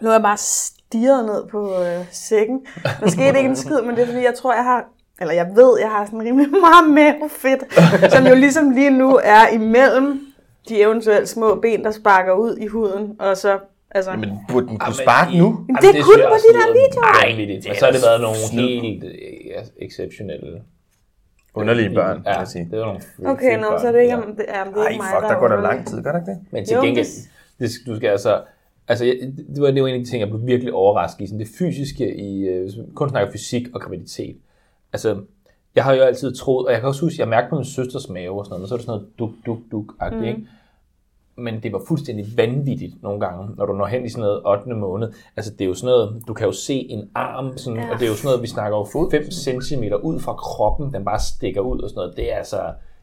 C: lå jeg bare stirret ned på øh, sækken. Der skete ikke en skid, men det er fordi, jeg tror, jeg har, eller jeg ved, jeg har sådan rimelig meget mavefedt, som jo ligesom lige nu er imellem de eventuelt små ben, der sparker ud i huden, og så, altså,
B: Men burde den kunne sparke nu?
C: Jamen, det er kun på de der videoer.
D: Nej, det er så har det været nogle helt øh, exceptionelle.
B: Underlige børn, kan
D: Ja,
B: jeg sige.
D: det var nogle freak-
C: okay,
D: freak
C: nå,
D: børn,
C: så er det ikke,
D: ja.
C: om det, ja, det er
B: Ej,
C: ikke mig,
B: fuck, der
C: er
B: går der
C: underlig.
B: lang tid, gør der ikke det?
D: Men til
C: Jo,
D: gengæld,
C: det-
D: det, du skal altså... Altså, jeg, det, var, det var en af de ting, jeg blev virkelig overrasket i. Sådan det fysiske i... øh, hvis man kun snakker fysik og graviditet. Altså, jeg har jo altid troet, og jeg kan også huske, jeg mærkede på min søsters mave og sådan noget, men så er det sådan noget duk, duk, duk mm. ikke?
C: Mm.
D: Men det var fuldstændig vanvittigt nogle gange, når du når hen i sådan noget 8. måned. Altså, det er jo sådan noget, du kan jo se en arm, sådan, ja. og det er jo sådan noget, vi snakker jo 5 cm ud fra kroppen, den bare stikker ud og sådan noget. Det er altså,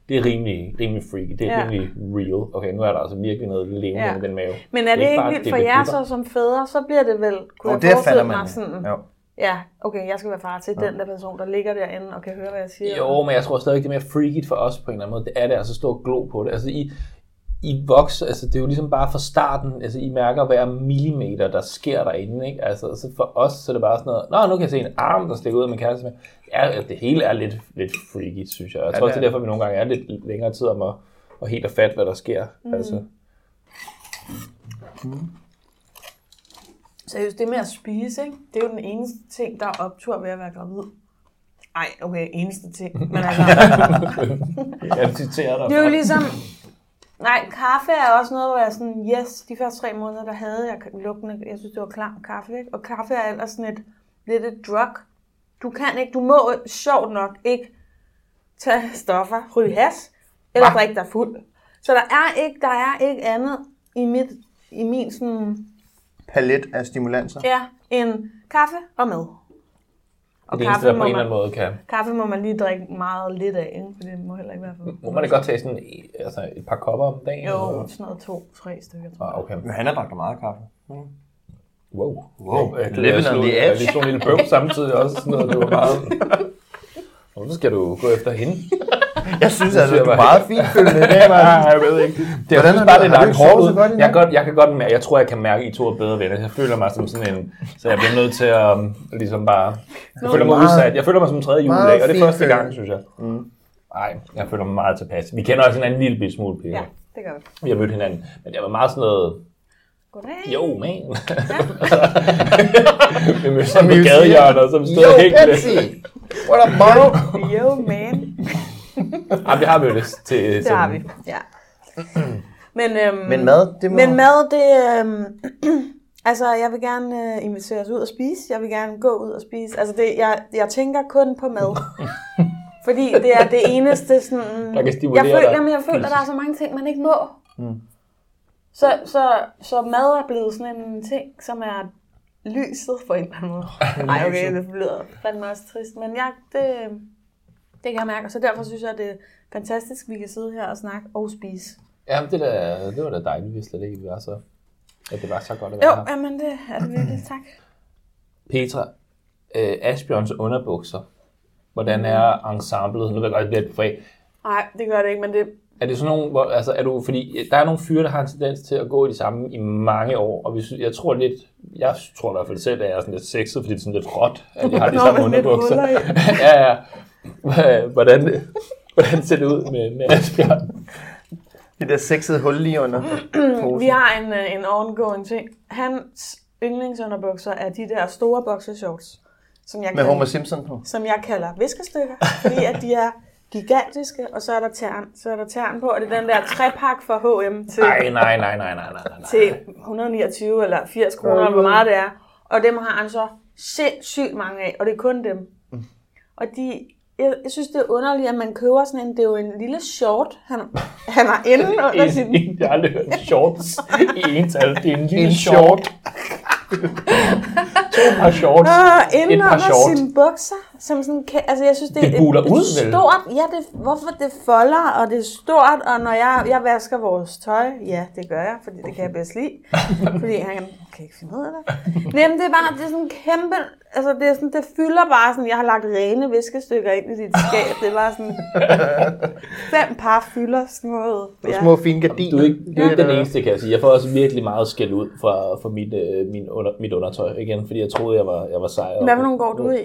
D: det er rimelig, rimelig freaky, det er
C: Ja.
D: ja. rimelig real. Okay, nu er der altså virkelig noget levende
C: Ja.
D: ja. i den mave.
C: Men er det, ikke
D: bare,
C: vildt
D: det
C: for jer
D: dutter.
C: så som fædre, så bliver det vel,
B: Og
C: kunne jeg
B: der
C: forestille
B: falder man.
C: mig
B: ja.
C: sådan,
B: Jo.
C: ja, okay, jeg skal være far til den der person, der ligger derinde og kan høre, hvad jeg siger.
D: Jo, men jeg tror stadig, det er mere freaky for os på en eller anden måde. Det er det altså at stå og glo på det. Altså, I, I vokser, altså det er jo ligesom bare fra starten, altså I mærker hver millimeter, der sker derinde, ikke? Altså så for os, så er det bare sådan noget, nå, nu kan jeg se en arm, der stikker ud af min kæreste. Men ja, det hele er lidt, lidt freaky, synes jeg. Jeg tror
B: det
D: også, det
B: er
D: er derfor, vi nogle gange er lidt længere tid om at, at helt at fatte, hvad der sker. Mm. Altså,
C: Seriøst, det med at spise, ikke? det er jo den eneste ting, der er optur ved at være gravid. Ej, okay, eneste ting. Men altså,
D: jeg citerer dig.
C: det er jo ligesom... Nej, kaffe er også noget, hvor jeg er sådan, yes, de første tre måneder, der havde jeg lukkende, jeg synes, det var klam kaffe, ikke? Og kaffe er ellers sådan et, lidt et drug. Du kan ikke, du må sjovt nok ikke tage stoffer, ryge has, eller drikke dig fuld. Så der er ikke, der er ikke andet i, mit, i min sådan,
B: Palet af stimulanser.
C: Ja, en kaffe og mad.
D: Og det eneste,
C: kaffe
D: der på
C: må
D: en eller
C: man-
D: anden måde kan...
C: Kaffe må man lige drikke meget lidt af, ikke? for det må heller ikke være for...
D: Må man da godt tage sådan i- altså et par kopper om dagen?
C: Jo,
D: eller-
C: sådan noget to-tre stykker, tror jeg.
D: Ah, okay.
B: Men han har drukket meget kaffe.
D: Wow.
B: Wow.
D: Jeg
B: Living on the edge.
D: Vi så en lille bøv samtidig også. Sådan noget, det var meget... Og så skal du gå efter hende.
B: Jeg synes altså,
D: siger
B: du er
D: bare-
B: meget fint følgende i dag, Martin.
D: jeg ved ikke. Det
B: Hvordan
D: er Hvordan
B: har
D: bare
B: du-
D: det
B: har du
D: langt
B: ikke sovet
D: hårdt
B: så godt i
D: ud.
B: nat?
D: Jeg, kan godt, jeg, kan godt mærke, jeg tror, jeg kan mærke, at I to er bedre venner. Jeg føler mig som sådan en... Så jeg bliver nødt til at um, ligesom bare... Jeg føler mig
B: Meget-
D: udsat. Jeg føler mig som en tredje
B: meget
D: juledag, og det er
B: fint
D: første gang,
B: følelse.
D: synes jeg. Nej, jeg føler mig meget tilpas. Vi kender også hinanden en lille bitte smule, Pia.
C: Ja, det gør vi.
D: Vi har mødt hinanden. Men det var meget sådan noget...
C: Goddag.
D: Jo, man. vi mødte sådan
B: vi
D: på
B: jo
D: gadehjørnet, som stod
B: Yo,
D: og hængte.
B: Patsy! What up, bro?
C: Jo, man.
D: Ej, vi har mødtes til...
C: Det har vi, ja. Men, øhm,
B: Men mad, det må...
C: Men mad, det... Øhm, altså, jeg vil gerne øh, invitere os ud og spise. Jeg vil gerne gå ud og spise. Altså, det, jeg, jeg tænker kun på mad. Fordi det er det eneste sådan...
D: Der kan
C: jeg
D: stimulere
C: føler,
D: dig.
C: jamen, jeg føler, der er så mange ting, man ikke må. Mm. Så, så, så mad er blevet sådan en ting, som er lyset på en eller anden måde. Nej, okay, det lyder fandme også trist, men jeg, det, det kan jeg mærke. Så derfor synes jeg, det er fantastisk, vi kan sidde her og snakke og spise.
D: Ja, det, der, det var da dejligt, vi slet ikke vi var så... At det var så godt at
C: Jo,
D: være her.
C: jamen det er det virkelig, tak.
D: Petra, øh, Asbjørns underbukser. Hvordan er ensemblet? Nu ved jeg godt, det bliver lidt fræk.
C: Nej, det gør det ikke, men det...
D: Er det sådan nogle, hvor, altså er du, fordi der er nogle fyre, der har en tendens til at gå i de samme i mange år, og vi, sy- jeg tror lidt, jeg tror i hvert fald selv, at jeg er sådan lidt sexet, fordi det er sådan lidt råt, at jeg har de
C: Nå,
D: samme
C: men lidt
D: underbukser.
C: huller i.
D: ja, ja. Hva- Hvordan, hvordan ser det ud med, med Asbjørn?
B: Det der sexede hul lige under
C: Vi
B: posen.
C: har en, øh, en ongoing ting. Hans yndlingsunderbukser er de der store boxershorts, som jeg,
B: Med Homer
C: kalder,
B: Simpson på.
C: som jeg kalder viskestykker, fordi at de er gigantiske, og så er der tern, så er der tern på, og det er den der trepak fra H&M til,
D: Nej, nej, nej, nej, nej, nej, nej.
C: til 129 eller 80 kroner, eller hvor meget det er. Og dem har han så sindssygt mange af, og det er kun dem. Og de, jeg, jeg synes, det er underligt, at man køber sådan en, det er jo en lille short, han, han har inde under sin...
D: En, jeg har aldrig hørt shorts i en tal. Det er en lille
B: En
D: short. to par shorts.
C: Og
D: Et
C: inden
D: par
C: Ah, under
D: shorts.
C: sine bukser, som sådan, kan- altså jeg synes, det,
D: Det buler
C: det,
D: ud,
C: det er
D: vel?
C: stort. Ja, det, hvorfor det folder, og det er stort, og når jeg, jeg vasker vores tøj, ja, det gør jeg, fordi det kan jeg bedst lide, fordi han kan ikke finde ud af det. Nej, men det er bare, det er sådan kæmpe, altså det, er sådan, det fylder bare sådan, jeg har lagt rene viskestykker ind i dit skab, det er bare sådan, fem par fylder sådan noget. Ja.
B: Små fine gardiner.
D: Du er ikke, du
B: Ja,
D: er ikke den
B: det
D: eneste, kan jeg sige. Jeg får også virkelig meget skæld ud fra, fra mit, øh, min under, mit undertøj igen, fordi jeg troede, jeg var, jeg var sej. og-
C: Hvad for nogle går du i?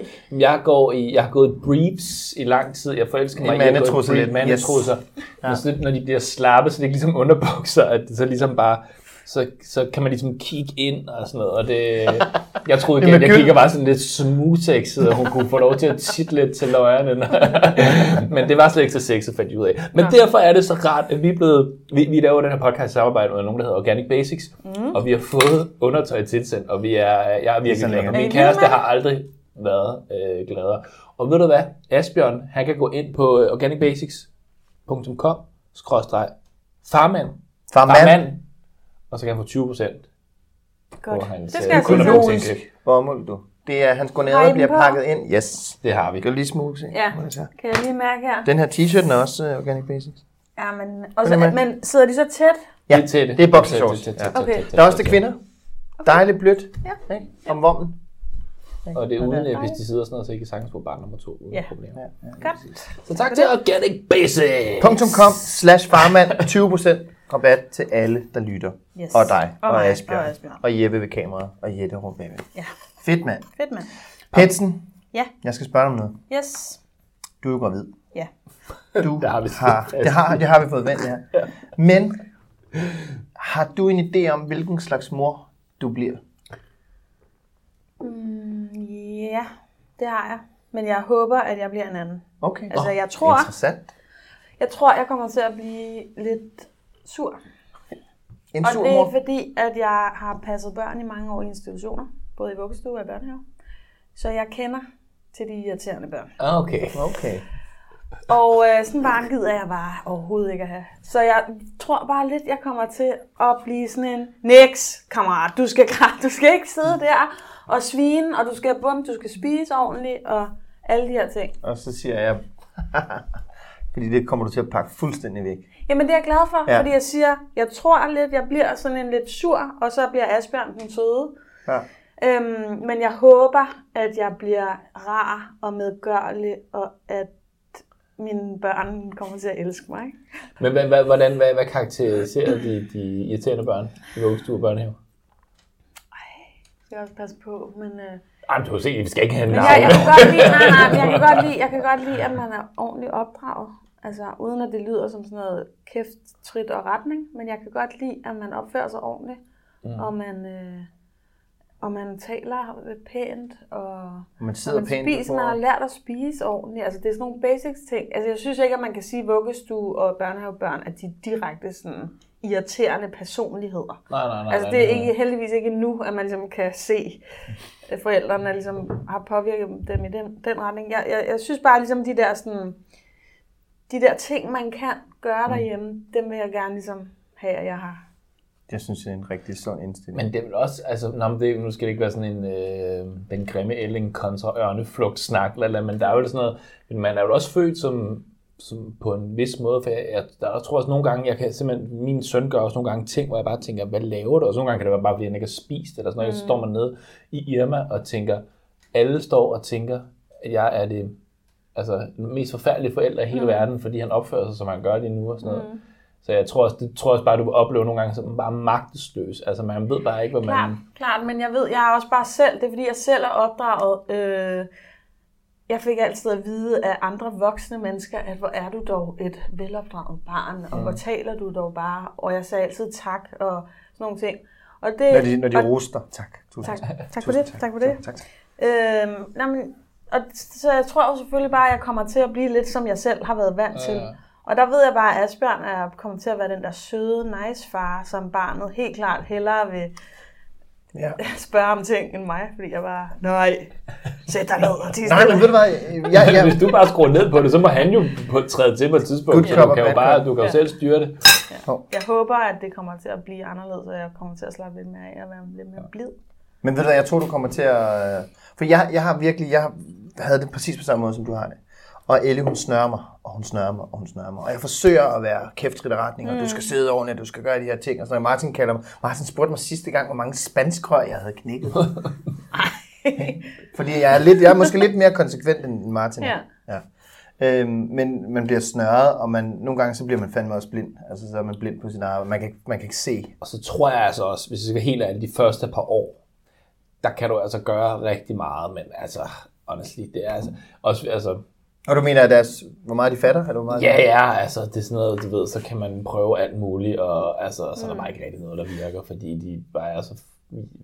D: Jeg går i, jeg har gået i briefs i lang tid. Jeg forelsker mig
B: En
D: i, at gå i
B: mandetrusse
D: brief-
B: lidt,
D: Mandetrusser. Ja. Så, når de bliver slappe, så det er ikke ligesom underbukser, at det så ligesom bare... Så, så kan man ligesom kigge ind og sådan noget, og det... Jeg troede
B: Det er
D: ikke, at
B: med
D: jeg
B: gyld.
D: kigger bare sådan lidt smoothsexet, og hun kunne få lov til at titte lidt til løjerne. Men det var slet ikke så sexet, fandt jeg ud af. Men ja. derfor er det så rart, at vi er blevet... Vi, vi laver den her podcast i samarbejde med nogen, der hedder Organic Basics, mm. og vi har fået undertøj tilsendt, og vi er, jeg er
B: så
D: virkelig glad.
B: lækkert.
D: for
C: Er I
D: Min
C: vilde med
D: kæreste
C: det?
D: har aldrig været øh, gladere. Og ved du hvad? Asbjørn, han kan gå ind på øh, organicbasics.com skråstreg farmand,
B: Farmand.
D: farmand, og så kan han få 20%
C: Godt.
D: på hans
C: Det
D: øh,
C: skal jeg
D: kunder-
C: sige.
B: Økologisk bomuld, du. Det er, hans
C: Har I
B: gournader
C: dem
B: bliver
C: på?
B: pakket ind. Yes.
D: Det har vi.
B: Vi kan jo lige smuse, ikke?
C: Ja,
B: Må jeg tage?
C: kan jeg lige mærke her?
B: Den her t-shirt er også øh, Organic Basics.
C: Ja, men, og så,
B: Følg med.
C: men sidder de så tæt?
B: Ja,
D: Det er til det.
B: det er boxershorts.
D: Til- til-
B: Ja.
D: til- til-
C: Okay.
D: til- til-
B: Der er også til kvinder. Dejligt blødt.
C: Ja.
B: Ikke? Om vommen.
D: Og det er uden øh, pesticider og sådan noget, så I kan sagtens få barn nummer to uden
C: Ja.
D: problemer.
C: Godt.
D: Så tak til Organic Basics.
B: .com slash farmand. 20% rabat til alle, der lytter.
C: Yes.
B: Og dig.
C: Og
B: Og,
C: mig, og
B: Asbjørn.
C: Asbjørn.
B: Og Jeppe ved kameraet. Og Jette Rubæve.
C: Ja.
B: Fedt, mand.
C: Fedt, mand.
B: Petsen,
C: Ja,
B: jeg skal spørge dig om noget.
C: yes.
B: Du er jo gravid.
C: Ja.
B: Du
D: Der har vi
B: har, det, har, det har vi fået vendt, det her. Men har du en idé om, hvilken slags mor du bliver?
C: Ja, det har jeg. Men jeg håber, at jeg bliver en anden.
B: Okay.
C: Altså,
B: Åh,
C: jeg tror-
B: Interessant.
C: Jeg tror, jeg kommer til at blive lidt sur.
B: En
C: Og
B: sur
C: det
B: mor.
C: er fordi, at jeg har passet børn i mange år i institutioner. Både i vuggestue og i børnehave. Så jeg kender til de irriterende børn.
D: Ah, Okay.
B: Okay.
C: Og øh, sådan barn gider jeg bare overhovedet ikke at have. Så jeg tror bare lidt, jeg kommer til at blive sådan en, niks kammerat, du skal, gra- du skal ikke sidde der og svine, og du skal have bum, du skal spise ordentligt, og alle de her ting.
B: Og så siger jeg, fordi det kommer du til at pakke fuldstændig væk.
C: Jamen det er jeg glad for,
B: Ja.
C: ja. fordi jeg siger, jeg tror lidt, jeg bliver sådan en lidt sur, og så bliver Asbjørn den søde.
B: Ja.
C: Øhm, men jeg håber, at jeg bliver rar og medgørlig, og at mine børn kommer til at elske mig. ikke?
D: Men hvad, hvad, hvordan, hvad, hvad karakteriserer de, de irriterende børn i vuggestue og børnehave?
C: Det skal jeg også passe på, men... Øh,
D: Ej, men du kan se, vi skal ikke have en
C: men
D: navn.
C: jeg, jeg, kan godt lide, nej, nej, men jeg, kan godt lide, jeg kan godt lide, at man er ordentligt opdraget. Altså, uden at det lyder som sådan noget kæft, trit og retning, men jeg kan godt lide, at man opfører sig ordentligt, mm. og, man, øh, og man taler pænt, og
B: Man
C: Og
B: sidder
C: man
B: pænt
C: spiser, man har lært at spise ordentligt. Altså, det er sådan nogle basics ting. Altså, jeg synes ikke, at man kan sige, at vuggestue og børnehavebørn, at de er direkte sådan irriterende personligheder.
D: Nej, nej, nej.
C: Altså,
D: nej,
C: det er
D: nej.
C: ikke, heldigvis ikke nu, at man ligesom kan se, at forældrene ligesom har påvirket dem i den, den retning. Jeg, jeg, jeg synes bare, ligesom de der, sådan, de der ting, man kan gøre derhjemme, dem vil jeg gerne ligesom have, at jeg har.
B: Jeg synes, det er en rigtig sund indstilling.
D: Men det er vel også, altså, nå, men det, nu skal det ikke være sådan en, øh, den grimme ælling kontra ørneflugt snak, eller, eller, men der er jo sådan noget, men man er jo også født som, som på en vis måde, for jeg, jeg, der, jeg tror også nogle gange, jeg kan simpelthen, min søn gør også nogle gange ting, hvor jeg bare tænker, hvad laver du? Og så nogle gange kan det være bare, fordi han ikke har spist, eller sådan noget, mm. så står man nede i Irma og tænker, alle står og tænker, at jeg er det altså, mest forfærdelige forældre i hele mm. verden, fordi han opfører sig, som han gør lige nu og sådan noget. Mm. Så jeg tror også, det tror jeg også bare, du oplever nogle gange som bare magtesløs. Altså man ved bare ikke, hvad man...
C: Klart, klart, men jeg ved, jeg er også bare selv, det er fordi, jeg selv er opdraget. Øh, jeg fik altid at vide af andre voksne mennesker, at hvor er du dog et velopdraget barn, og hvor taler du dog bare, og jeg sagde altid tak, og sådan nogle ting. Og det,
B: når de, når de
C: og,
B: roster. Tak. Tusind
C: Tak, tak for
B: Tusind
C: det, tak for det.
B: Tak, tak.
C: Øhm, nej, men, og så jeg tror jo selvfølgelig bare, at jeg kommer til at blive lidt, som jeg selv har været vant til. Og der ved jeg bare, at Asbjørn er kommet til at være den der søde, nice far, som barnet helt klart hellere vil
B: Ja.
C: spørge om ting end mig, fordi jeg bare, nej, sæt dig ned og tis
B: Nej, men ved du hvad? Jeg,
D: Ja.
B: jeg,
D: Hvis du bare skruer ned på det, så må han jo på, træde til på et tidspunkt.
B: Good
D: Så
B: cop
D: du kan
B: og
D: jo
B: bad
D: bare,
B: cop.
D: du kan jo selv styre det.
C: Jeg håber, at det kommer til at blive anderledes, og jeg kommer til at slappe lidt mere af og være lidt mere blid.
B: Men ved du hvad, jeg tror, du kommer til at... øh, For jeg, jeg har virkelig... Jeg havde det præcis på samme måde, som du har det. Og Elle, hun snører mig, og hun snører mig, og hun snører mig. Og jeg forsøger at være kæftrit i retning, og du skal sidde ordentligt, og du skal gøre de her ting. Og sådan noget. Martin kalder mig. Martin spurgte mig sidste gang, hvor mange spanskrøg jeg havde knækket. Fordi jeg er, lidt, jeg er måske lidt mere konsekvent end Martin. er. ja. Øhm, men man bliver snørret, og man, nogle gange så bliver man fandme også blind. Altså, så er man blind på sin arbejde. Man kan, ikke- man kan ikke se.
D: Og så tror jeg altså også, hvis vi skal være helt ærlig, de første par år, der kan du altså gøre rigtig meget, men altså, honestly, det er altså, også, altså,
B: Og du mener, at deres, hvor meget de fatter? Eller hvor meget de-
D: Ja, ja, altså det er sådan noget, du ved, så kan man prøve alt muligt, og altså, så er der bare ikke rigtig noget, der virker, fordi de bare er så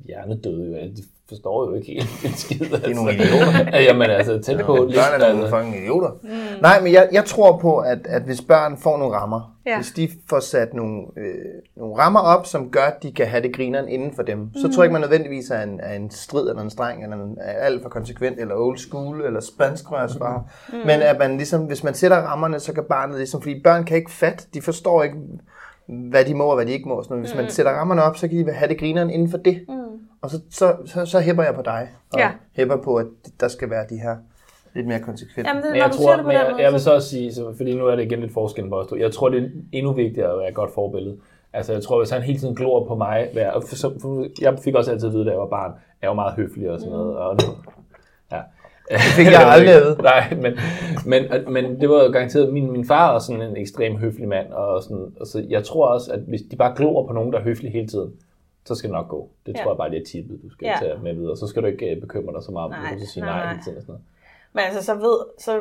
D: hjernedøde, jo. de forstår jo ikke helt en skid. Altså. Det
B: er nogle idioter.
D: Jamen altså, tæt på. lidt,
B: Børn er nogle
D: altså.
B: fucking idioter. Mm. Nej, men jeg, jeg tror på, at, at hvis børn får nogle rammer, ja.
C: Ja.
B: hvis de får sat nogle, øh, nogle rammer op, som gør, at de kan have det grineren inden for dem, mm. så tror jeg ikke, man nødvendigvis er en, er en strid eller en streng, eller en, er alt for konsekvent, eller old school, eller spanskrørsvar. Mm. Men at man ligesom, hvis man sætter rammerne, så kan barnet ligesom, fordi børn kan ikke fatte, de forstår ikke, hvad de må og hvad de ikke må. og Sådan. noget. Hvis man sætter rammerne op, så kan de have det grineren inden for det. Mm. Og så, så, så, så hæpper jeg på dig, og ja.
C: Ja.
B: hæpper på, at der skal være de her lidt mere konsekvent.
C: Jamen, det,
D: Men
C: når
D: jeg
C: du
D: tror,
C: siger det på
D: men
C: den
D: jeg,
C: måde,
D: jeg vil
C: så-
D: så også sige, så, fordi nu er det igen lidt forskel på os to. Jeg tror, det er endnu vigtigere at være et godt forbillede. Altså, jeg tror, hvis han hele tiden glor på mig, hver, og for, så- for, jeg fik også altid at vide, da jeg var barn, at jeg var meget høflig og sådan
C: Mm.
D: noget. Og, ja. Det
B: fik jeg aldrig at vide.
D: Nej, men, men, men det var jo garanteret, min, min far er også sådan en ekstrem høflig mand, og, sådan, og så jeg tror også, at hvis de bare glor på nogen, der er høflig hele tiden, så skal det nok gå. Det
C: Ja.
D: tror jeg bare, det er tippet, du skal
C: Ja.
D: tage med videre. Så skal du ikke øh, bekymre dig så meget om, nej,
C: Nej,
D: du skal sige nej,
C: nej,
D: nej
C: nej.
D: hele tiden og sådan noget.
C: Men altså, så ved... Så,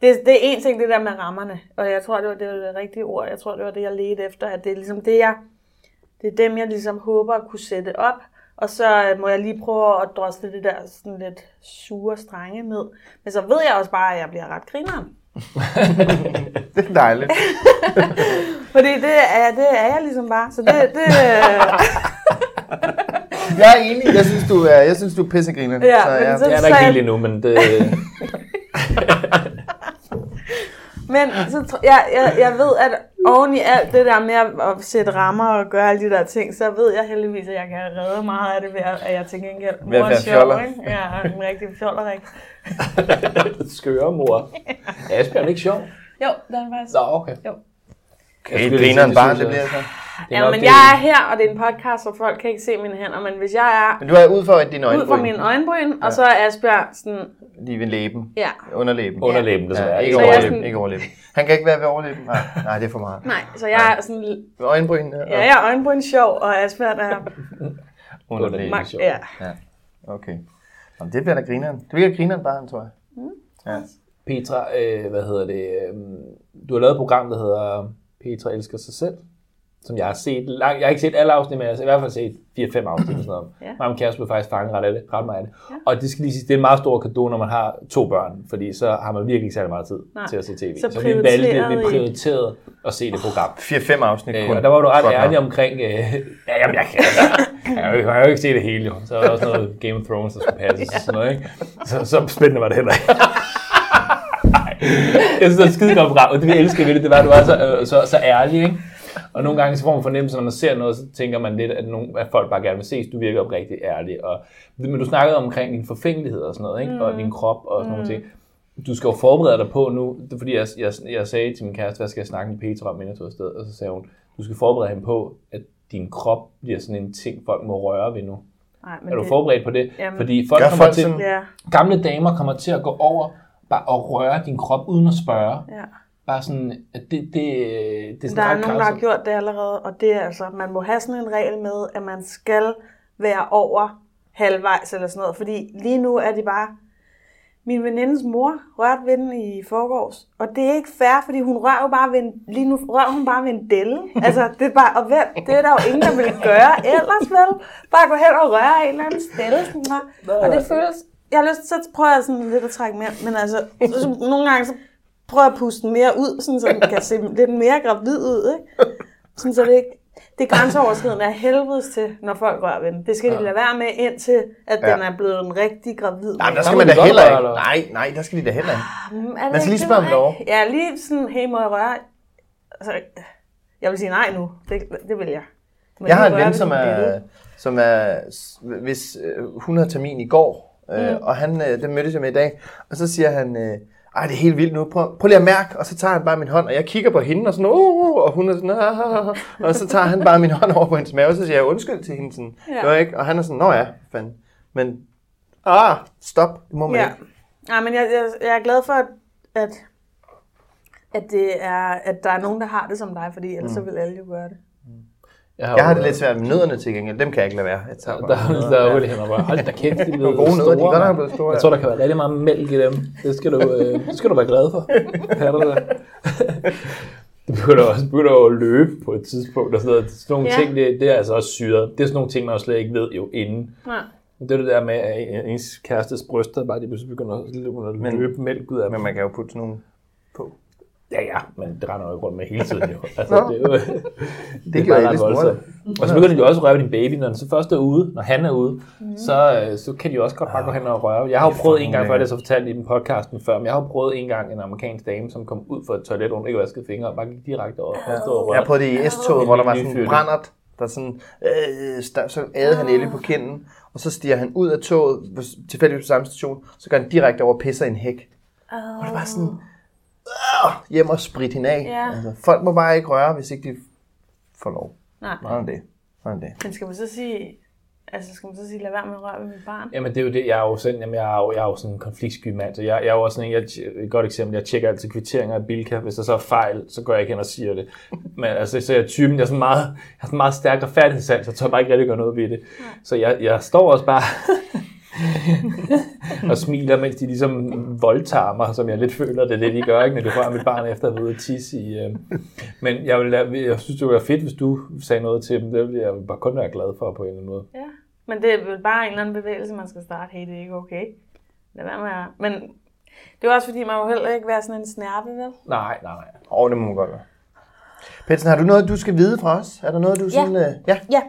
C: det, det er en ting, det der med rammerne. Og jeg tror, det var det, var det rigtige ord. Jeg tror, det var det, jeg ledte efter. At det er ligesom det, jeg... Det er dem, jeg ligesom håber at kunne sætte op. Og så øh, må jeg lige prøve at drosle det der sådan lidt sure strenge ned. Men så ved jeg også bare, at jeg bliver ret grineren.
B: Det er dejligt.
C: Fordi det er, det er jeg ligesom bare. Så det, det øh,
B: Jeg er enig. Jeg synes, du er, jeg synes, du er pissegriner.
C: Ja, men
B: jeg,
C: så-
D: Jeg er der
C: Så
D: ikke
C: jeg-
D: helt endnu, men det...
C: Men så tr- jeg, jeg, jeg ved, at oven i alt det der med at at sætte rammer og gøre alle de der ting, så ved jeg heldigvis, at jeg kan redde meget af det, ved at at jeg til gengæld
B: Ved at
C: mor er
B: være fjoller.
C: sjov, ikke? Ja, en rigtig fjoller, ikke?
D: Skøre mor. Er Asbjørn ikke sjov?
C: Jo, den er faktisk...
D: Nå, okay.
C: Jo.
B: Okay, det griner en barn, det bliver så.
D: Det er
C: Ja,
D: nok
C: men
D: det.
C: jeg er her, og det er en podcast, så folk kan ikke se mine hænder, men hvis jeg er
B: Men du er ud for et- dine
C: ud fra
B: øjenbryn.
C: mine øjenbryn, og så er Asbjørn sådan...
B: Lige ved læben.
C: Ja,
B: Underlæben.
D: Underlæben,
B: Ja,
D: desværre.
B: ikke
C: Så jeg er
B: overlæben.
C: sådan-
B: Ikke overlæben. Han kan ikke være ved overlæben. Nej, nej det er for meget.
C: nej, så jeg er sådan...
B: Ved Øjenbrynene og
C: Ja, jeg er øjenbryn sjov, og Asbjørn er...
B: underlæben.
D: Mag- sjov.
C: Ja.
B: Okay. Jamen, det bliver da grineren. Det bliver grineren barn, tror jeg.
C: Mm.
B: Ja.
D: Petra, øh, hvad hedder det? Øh, du har lavet et program, der hedder øhm, Petra elsker sig selv, som jeg har set. Lang, jeg har ikke set alle afsnit, men jeg har i hvert fald set 4-5 afsnit. eller sådan noget.
C: Ja.
D: Mig og min kæreste blev faktisk fanget ret af det. Ret meget af det. Og det skal lige sige, det er en meget stor gave, når man har to børn, fordi så har man virkelig ikke særlig meget tid
C: Nej.
D: til at se tv.
C: Så
D: vi valgte,
C: prioriterede
D: vi
C: I-
D: prioriterede at se det program.
B: 4-5 afsnit
D: Øh,
B: kun.
D: og der var du ret
B: Godt
D: ærlig
B: nok.
D: omkring, øh, ja, jamen, jeg kan, jeg, har jo ikke- jeg har jo ikke set det hele, jo. Så er der også noget Game of Thrones, der skulle passes og sådan noget, ikke? Så, så spændende var det heller ikke. Nej. jeg synes, det er et skide godt program, og det vi elsker ved det, det var, at du var så, øh, så, så ærlig, ikke? Og nogle gange så får man fornemmelse, når man ser noget, så tænker man lidt, at, nogle, at folk bare gerne vil ses. Du virker oprigtigt ærlig. Og, men du snakkede omkring din forfængelighed og sådan noget, ikke? Og din krop og sådan nogle ting du skal jo forberede dig på nu, det er fordi jeg, jeg, jeg sagde til min kæreste, hvad skal jeg snakke med Petra om, inden jeg tog afsted, og så sagde hun, du skal forberede hende på, at din krop bliver sådan en ting, folk må røre ved nu.
C: Nej, men
D: Er du
C: det-
D: forberedt på det?
C: Jamen-
D: fordi folk
B: Gør
D: kommer
B: folk
D: til,
B: sådan-
C: Ja,
D: gamle damer kommer til at gå over bare og røre din krop uden at spørge.
C: ja.
D: Bare sådan, at det, det, øh, det er sådan
C: Der er
D: ret
C: nogen, der har
D: grænser.
C: gjort det allerede, og det er altså, man må have sådan en regel med, at man skal være over halvvejs eller sådan noget, fordi lige nu er det bare, min venindes mor rørte ved den i forgårs, og det er ikke fair, fordi hun rører jo bare ved en, lige nu rører hun bare ved en delle. Altså, det er bare, og hvem, det er der jo ingen, der vil gøre ellers, vel? Bare gå hen og røre en eller anden stille, sådan her. Og det føles, jeg har lyst til, så prøver jeg sådan lidt at trække mere, men altså, så- nogle gange så prøver jeg at puste den mere ud, sådan, så den kan se lidt mere gravid ud, ikke? Sådan, så det ikke det er grænseoverskridende af helvedes til, når folk rører ved den. Det skal de lade være med, indtil at
B: Ja.
C: den er blevet en rigtig gravid.
B: Nej, men der
D: Der
B: skal
D: må
B: man
D: de
B: da
D: godt
B: heller
D: røre,
B: ikke.
D: eller?
B: Nej, nej, der skal de da heller ikke.
C: Er det
B: Man skal
C: ikke
B: lige spørge om
C: det,
B: lov.
C: ikke? Ja, lige sådan, hey, må jeg røre? Altså, jeg vil sige nej nu. Det, det vil jeg. Men
B: Jeg har en
C: nu rører
B: ven,
C: vi
B: som
C: den
B: er,
C: billede.
B: som er, s- hvis øh, hun har termin i går, øh,
C: Mm.
B: og han, øh, den mødtes jeg med i dag, og så siger han, øh, ej, det er helt vildt nu, prøv, prøv lige at mærke, og så tager han bare min hånd, og jeg kigger på hende, og sådan, uh, uh, og hun er sådan, ah, ah, ah, og så tager han bare min hånd over på hendes mave, og så siger jeg undskyld til hende, sådan,
C: Ja.
B: ja. ikke? og han er sådan, nå ja, fanden, men, ah, stop, det må man
C: Ja.
B: ikke.
C: Nej, men jeg, jeg, jeg er glad for, at, at, at, det er, at der er nogen, der har det som dig, fordi ellers så
B: Mm.
C: vil alle jo gøre det.
D: jo-
B: Jeg har det lidt svært med nødderne til gengæld, dem kan jeg ikke lade være. Jeg tager
D: Der,
B: bare.
D: der er hul i hænderne. Hold da kæft, de er blevet
B: gode nødder, de er
D: store.
B: godt nok
D: mand.
B: blevet store,
D: Jeg
B: ja.
D: tror, der kan være rigtig meget mælk i dem. Det skal du, øh, det skal du være glad for. Er du det? Det begynder også begynder jo at løbe på et tidspunkt. Og sådan, noget. sådan nogle
C: Ja.
D: ja. ting, det, det, er altså også syret. Det er sådan nogle ting, man jo slet ikke ved jo inden.
C: Nej.
D: Det er det der med, at ens kærestes bryster, bare de pludselig begynder at løbe,
B: Men-
D: men, løbe mælk ud af
B: Men
D: dem.
B: man kan jo putte sådan nogle,
D: Ja, ja, men det render jo ikke rundt med hele tiden jo. Altså, det er jo det,
B: gjorde
D: bare
B: Alice
D: ret
B: mor,
D: voldsomt. Og så begynder de også at røre ved din baby, når den så først er ude, når han er ude, så, øh, så kan de også godt bare gå hen og røre. Jeg har jo prøvet en gang, før det er så fortalt i den podcasten før, men jeg har jo prøvet en gang en amerikansk dame, som kom ud fra et toilet under ikke vaskede fingre, og bare gik direkte over og stod
B: Jeg
D: og
B: har
D: rørte.
B: prøvet det i S-toget, hvor der var sådan
D: Nyfødte.
B: en brændert, der sådan, øh, sta- så ædede
C: Ah.
B: han Ellie på kinden, og så stiger han ud af toget, på- tilfældigvis på samme station, så går han direkte over og pisser i en hæk. Og det var sådan, øh, hjem og sprit hende af.
C: Ja.
B: Altså, folk må bare ikke røre, hvis ikke de får lov.
C: Nej.
B: Sådan er det. Sådan er det.
C: Men skal man så sige, altså skal man så sige, lad være med at røre ved mit barn?
D: Jamen det er jo det, jeg er jo sådan, jamen, jeg er jo, jeg er jo sådan en konfliktsky mand, så jeg, jeg er jo også sådan en, jeg, et godt eksempel, jeg tjekker altid kvitteringer af Bilka, hvis der så er fejl, så går jeg ikke hen og siger det. Men altså, så er jeg typen, jeg er sådan meget, jeg er sådan meget stærk og færdighedssand, så jeg tør bare ikke rigtig gøre noget ved det. Så jeg, jeg står også bare og smiler, mens de ligesom voldtager mig, som jeg lidt føler, det er det, de gør, ikke, når de rører mit barn efter at have været ude at tisse i. Øh. Men jeg, vil, jeg synes, det ville være fedt, hvis du sagde noget til dem. Det ville jeg bare kun være glad for på en eller anden måde.
C: Ja. Men det er vel bare en eller anden bevægelse, man skal starte. Hey, det er ikke okay. Lad være med at... Men det er også fordi, man jo heller ikke være sådan en snærpe, vel?
D: Nej, nej, nej.
B: Åh, det må man godt være. Petsen, har du noget, du skal vide fra os? Er der noget, du sådan... Øh, ja,
C: Ja,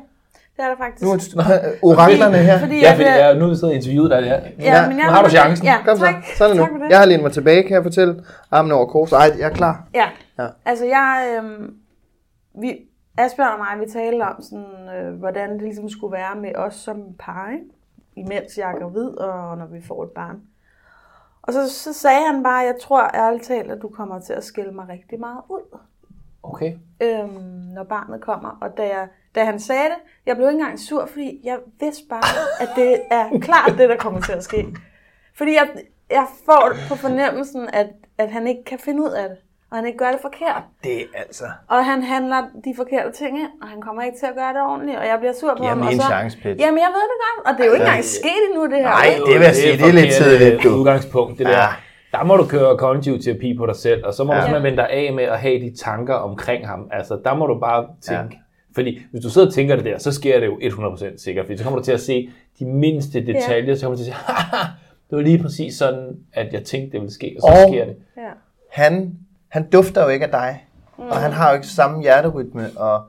C: det er der faktisk.
B: nu er det- øh, oraklerne her.
C: Fordi
D: Ja,
C: jeg
D: fordi
C: bliver-
D: jeg er nu sidder og interviewet dig der.
C: Ja,
B: Ja,
C: men
B: nu
C: jeg
D: har du chancen.
C: Ja,
B: Kom så,
C: tak.
B: sådan er
C: Tak for
B: nu.
C: det.
B: Jeg har lænet mig tilbage, kan jeg fortælle. Armen over kors. Ej, jeg er klar.
C: Ja.
B: Ja.
C: Altså, jeg, øhm, vi, Asbjørn og mig, vi talte om, sådan, øh, hvordan det ligesom skulle være med os som par, ikke? imens jeg er gravid, og når vi får et barn. Og så, så sagde han bare, jeg tror ærligt talt, at du kommer til at skille mig rigtig meget ud,
D: Okay.
C: øhm, når barnet kommer. Og da, jeg, da han sagde det, jeg blev ikke engang sur, fordi jeg vidste bare, at det er klart det, der kommer til at ske. Fordi jeg, jeg får på fornemmelsen, at, at han ikke kan finde ud af det, og han ikke gør det forkert.
B: Det er altså...
C: Og han handler de forkerte ting ind, og han kommer ikke til at gøre det ordentligt, og jeg bliver sur på
B: Giv
C: ham.
B: ham
C: og
B: lige en
C: så,
B: chance, Pet.
C: Jamen, jeg ved det godt, og det er jo ikke engang sket endnu, det her.
B: Nej,
C: vel?
B: det vil jeg sige, det er lidt
D: forkert,
B: tidligt,
D: øh,
B: du.
D: Udgangspunkt, det der.
B: Ja.
D: Der må du køre kognitiv terapi på dig selv, og så må ja.
B: Ja.
D: du simpelthen vende dig af med at have de tanker omkring ham. Altså, der må du bare tænke. Ja. Fordi hvis du sidder og tænker det der, så sker det jo 100% sikkert. Fordi så kommer du til at se de mindste detaljer, så kommer du til at sige, haha, det var lige præcis sådan, at jeg tænkte, det ville ske, og så
B: Og-
D: sker det.
C: Ja.
B: han, han dufter jo ikke af dig, mm. og han har jo ikke samme hjerterytme, og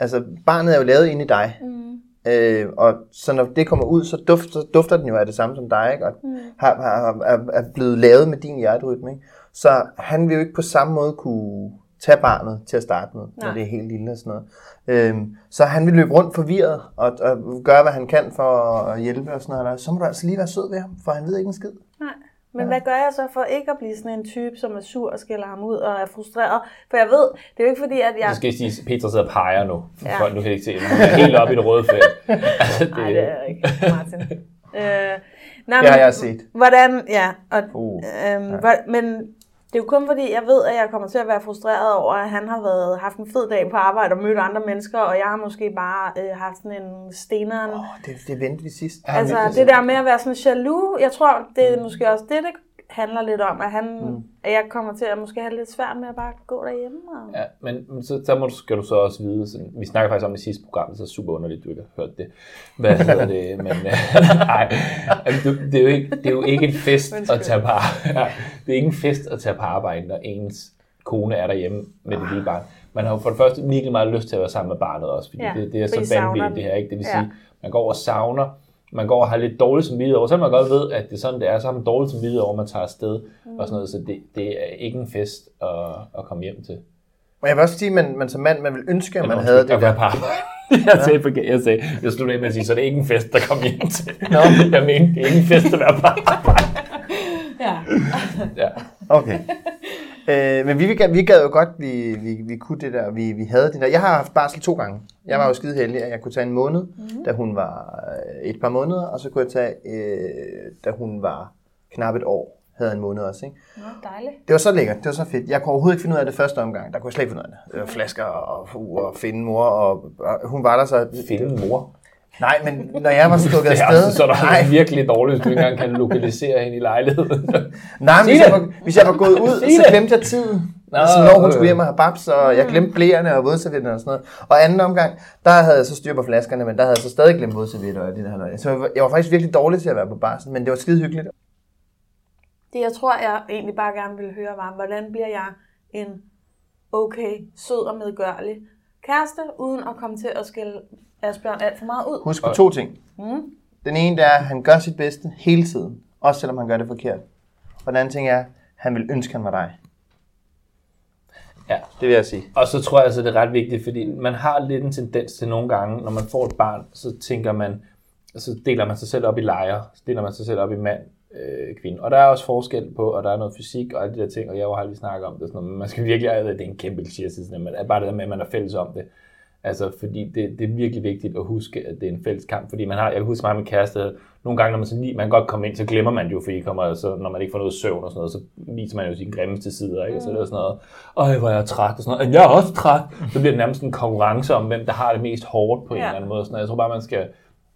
B: altså, barnet er jo lavet inde i dig. Mm. Øh, og så når det kommer ud, så dufter, så dufter den jo af det samme som dig, ikke? og mm. har, har, er, er blevet lavet med din hjerterytme. Ikke? Så han vil jo ikke på samme måde kunne tage barnet til at starte med, Nej.
C: Nej.
B: når det er helt lille og sådan noget. Øhm, så han vil løbe rundt forvirret og, og gøre, hvad han kan for at hjælpe og sådan noget. Så må du altså lige være sød ved ham, for han ved ikke en skid.
C: Nej. Men hvad gør jeg så for ikke at blive sådan en type, som er sur og skælder ham ud og er frustreret? For jeg ved, det er jo ikke fordi, at jeg...
D: Så skal jeg sige, Peter sidder og peger nu. For
C: Ja.
D: ja. folk, nu kan jeg ikke se det. Han er helt oppe i det røde felt. Altså,
C: Nej, det er jeg ikke, Martin. øh, nej,
B: Det har jeg set.
C: Hvordan, ja, og,
B: Uh,
C: øhm, hvor, men det er jo kun fordi, jeg ved, at jeg kommer til at være frustreret over, at han har været, haft en fed dag på arbejde og mødt andre mennesker, og jeg har måske bare øh, haft sådan en steneren
B: Åh, det, det vendte vi sidst.
C: Altså det der med at være sådan jaloux, jeg tror, det er måske også det, det handler lidt om, at, han, mm. at jeg kommer til at måske have lidt svært med at bare gå derhjemme. Og...
D: Ja, men men så, så må du, skal du så også vide, sådan, vi snakker faktisk om det sidste program, så er det super underligt, du ikke har hørt det. Hvad hedder det? Men, øh, nej, altså, du, det, er jo ikke, det er jo ikke en fest at tage på arbejde. Ja, det er ikke en fest at tage på arbejde, når ens kone er derhjemme med det lille barn. Man har jo for det første virkelig meget lyst til at være sammen med barnet også, fordi
C: Ja,
D: ja, det, det er
C: fordi I
D: så
C: savner
D: vanvittigt
C: dem.
D: det her, ikke? Det vil
C: Ja.
D: ja. sige, man går og savner, man går og har lidt dårligt som videre over, så man godt ved, at det er sådan, det er, så har man dårligt som videre over, man tager afsted og sådan noget, så det, det er ikke en fest at, at komme hjem til.
B: Men jeg vil også sige, at man, man som mand, man vil ønske, at man
D: Nå,
B: havde
D: jeg
B: det
D: var
B: der.
D: på arbejde. jeg sagde forkert. Jeg sagde, jeg slutter af med at sige, så det er ikke en fest, der kommer hjem til. No. Jeg mener, det er ikke en fest, der er bare.
C: Ja.
D: Ja.
B: Okay. Øh, men vi, vi, gad, vi gad jo godt, vi, vi, vi kunne det der, vi, vi havde det der. Jeg har haft barsel to gange. Jeg
C: Mhm.
B: var jo skide heldig, at jeg kunne tage en måned, mm. da hun var øh, et par måneder, og så kunne jeg tage, øh, da hun var knap et år, havde jeg en måned også. Ikke?
C: Nå, dejligt.
B: Det var så lækkert, det var så fedt. Jeg kunne overhovedet ikke finde ud af det første omgang. Der kunne jeg slet ikke finde ud af det. det. var Flasker og, og, og finde mor, og, og hun var der så...
D: Finde en mor.
B: Nej, men når jeg var stukket
D: Det er
B: afsted...
D: altså, så er der
B: nej,
D: virkelig dårligt, hvis du ikke engang kan lokalisere hende i lejligheden.
B: Nej, men
D: Sig
B: hvis jeg,
D: det.
B: var, hvis jeg var gået ud,
D: Sig
B: så
D: det.
B: glemte jeg tiden.
D: Nå,
B: altså, når hun
D: øh. Mm.
B: skulle hjem og have babs, og jeg glemte blæerne og vådservietter og sådan noget. Og anden omgang, der havde jeg så styr på flaskerne, men der havde jeg så stadig glemt vådservietter og det der halløj. Så jeg var, jeg var faktisk virkelig dårlig til at være på barsen, men det var skide hyggeligt.
C: Det jeg tror, jeg egentlig bare gerne ville høre var, hvordan bliver jeg en okay, sød og medgørlig kæreste, uden at komme til at skælde Asbjørn alt for meget ud.
B: Husk på to ting.
D: Mm.
B: Den ene det er, at han gør sit bedste hele tiden, også selvom han gør det forkert. Og den anden ting er, at han vil ønske, han var dig.
D: Ja.
B: Det vil jeg sige.
D: Og så tror jeg altså, det er ret vigtigt, fordi man har lidt en tendens til nogle gange, når man får et barn, så tænker man, så deler man sig selv op i lejre, så deler man sig selv op i mand, øh, kvinde. Og der er også forskel på, og der er noget fysik og alle de der ting, og jeg har lige snakket om det, og sådan noget, men man skal virkelig, jeg ved, det er en kæmpe kliché, at sige sådan, noget, men bare det der med, at man er fælles om det. Altså, fordi det, det er virkelig vigtigt at huske, at det er en fælles kamp, fordi man har, jeg kan huske mig og min kæreste, havde- nogle gange, når man sådan lige, man kan godt komme ind, så glemmer man det jo, fordi kommer, så, når man ikke får noget søvn og sådan noget, så viser man jo sine grimmeste sider, ikke? Og så er det sådan noget, øj, hvor er jeg træt, og sådan noget, jeg er også træt, så bliver det nærmest en konkurrence om, hvem der har det mest hårdt på en
C: Ja.
D: eller anden måde, og sådan noget. jeg tror bare, man skal,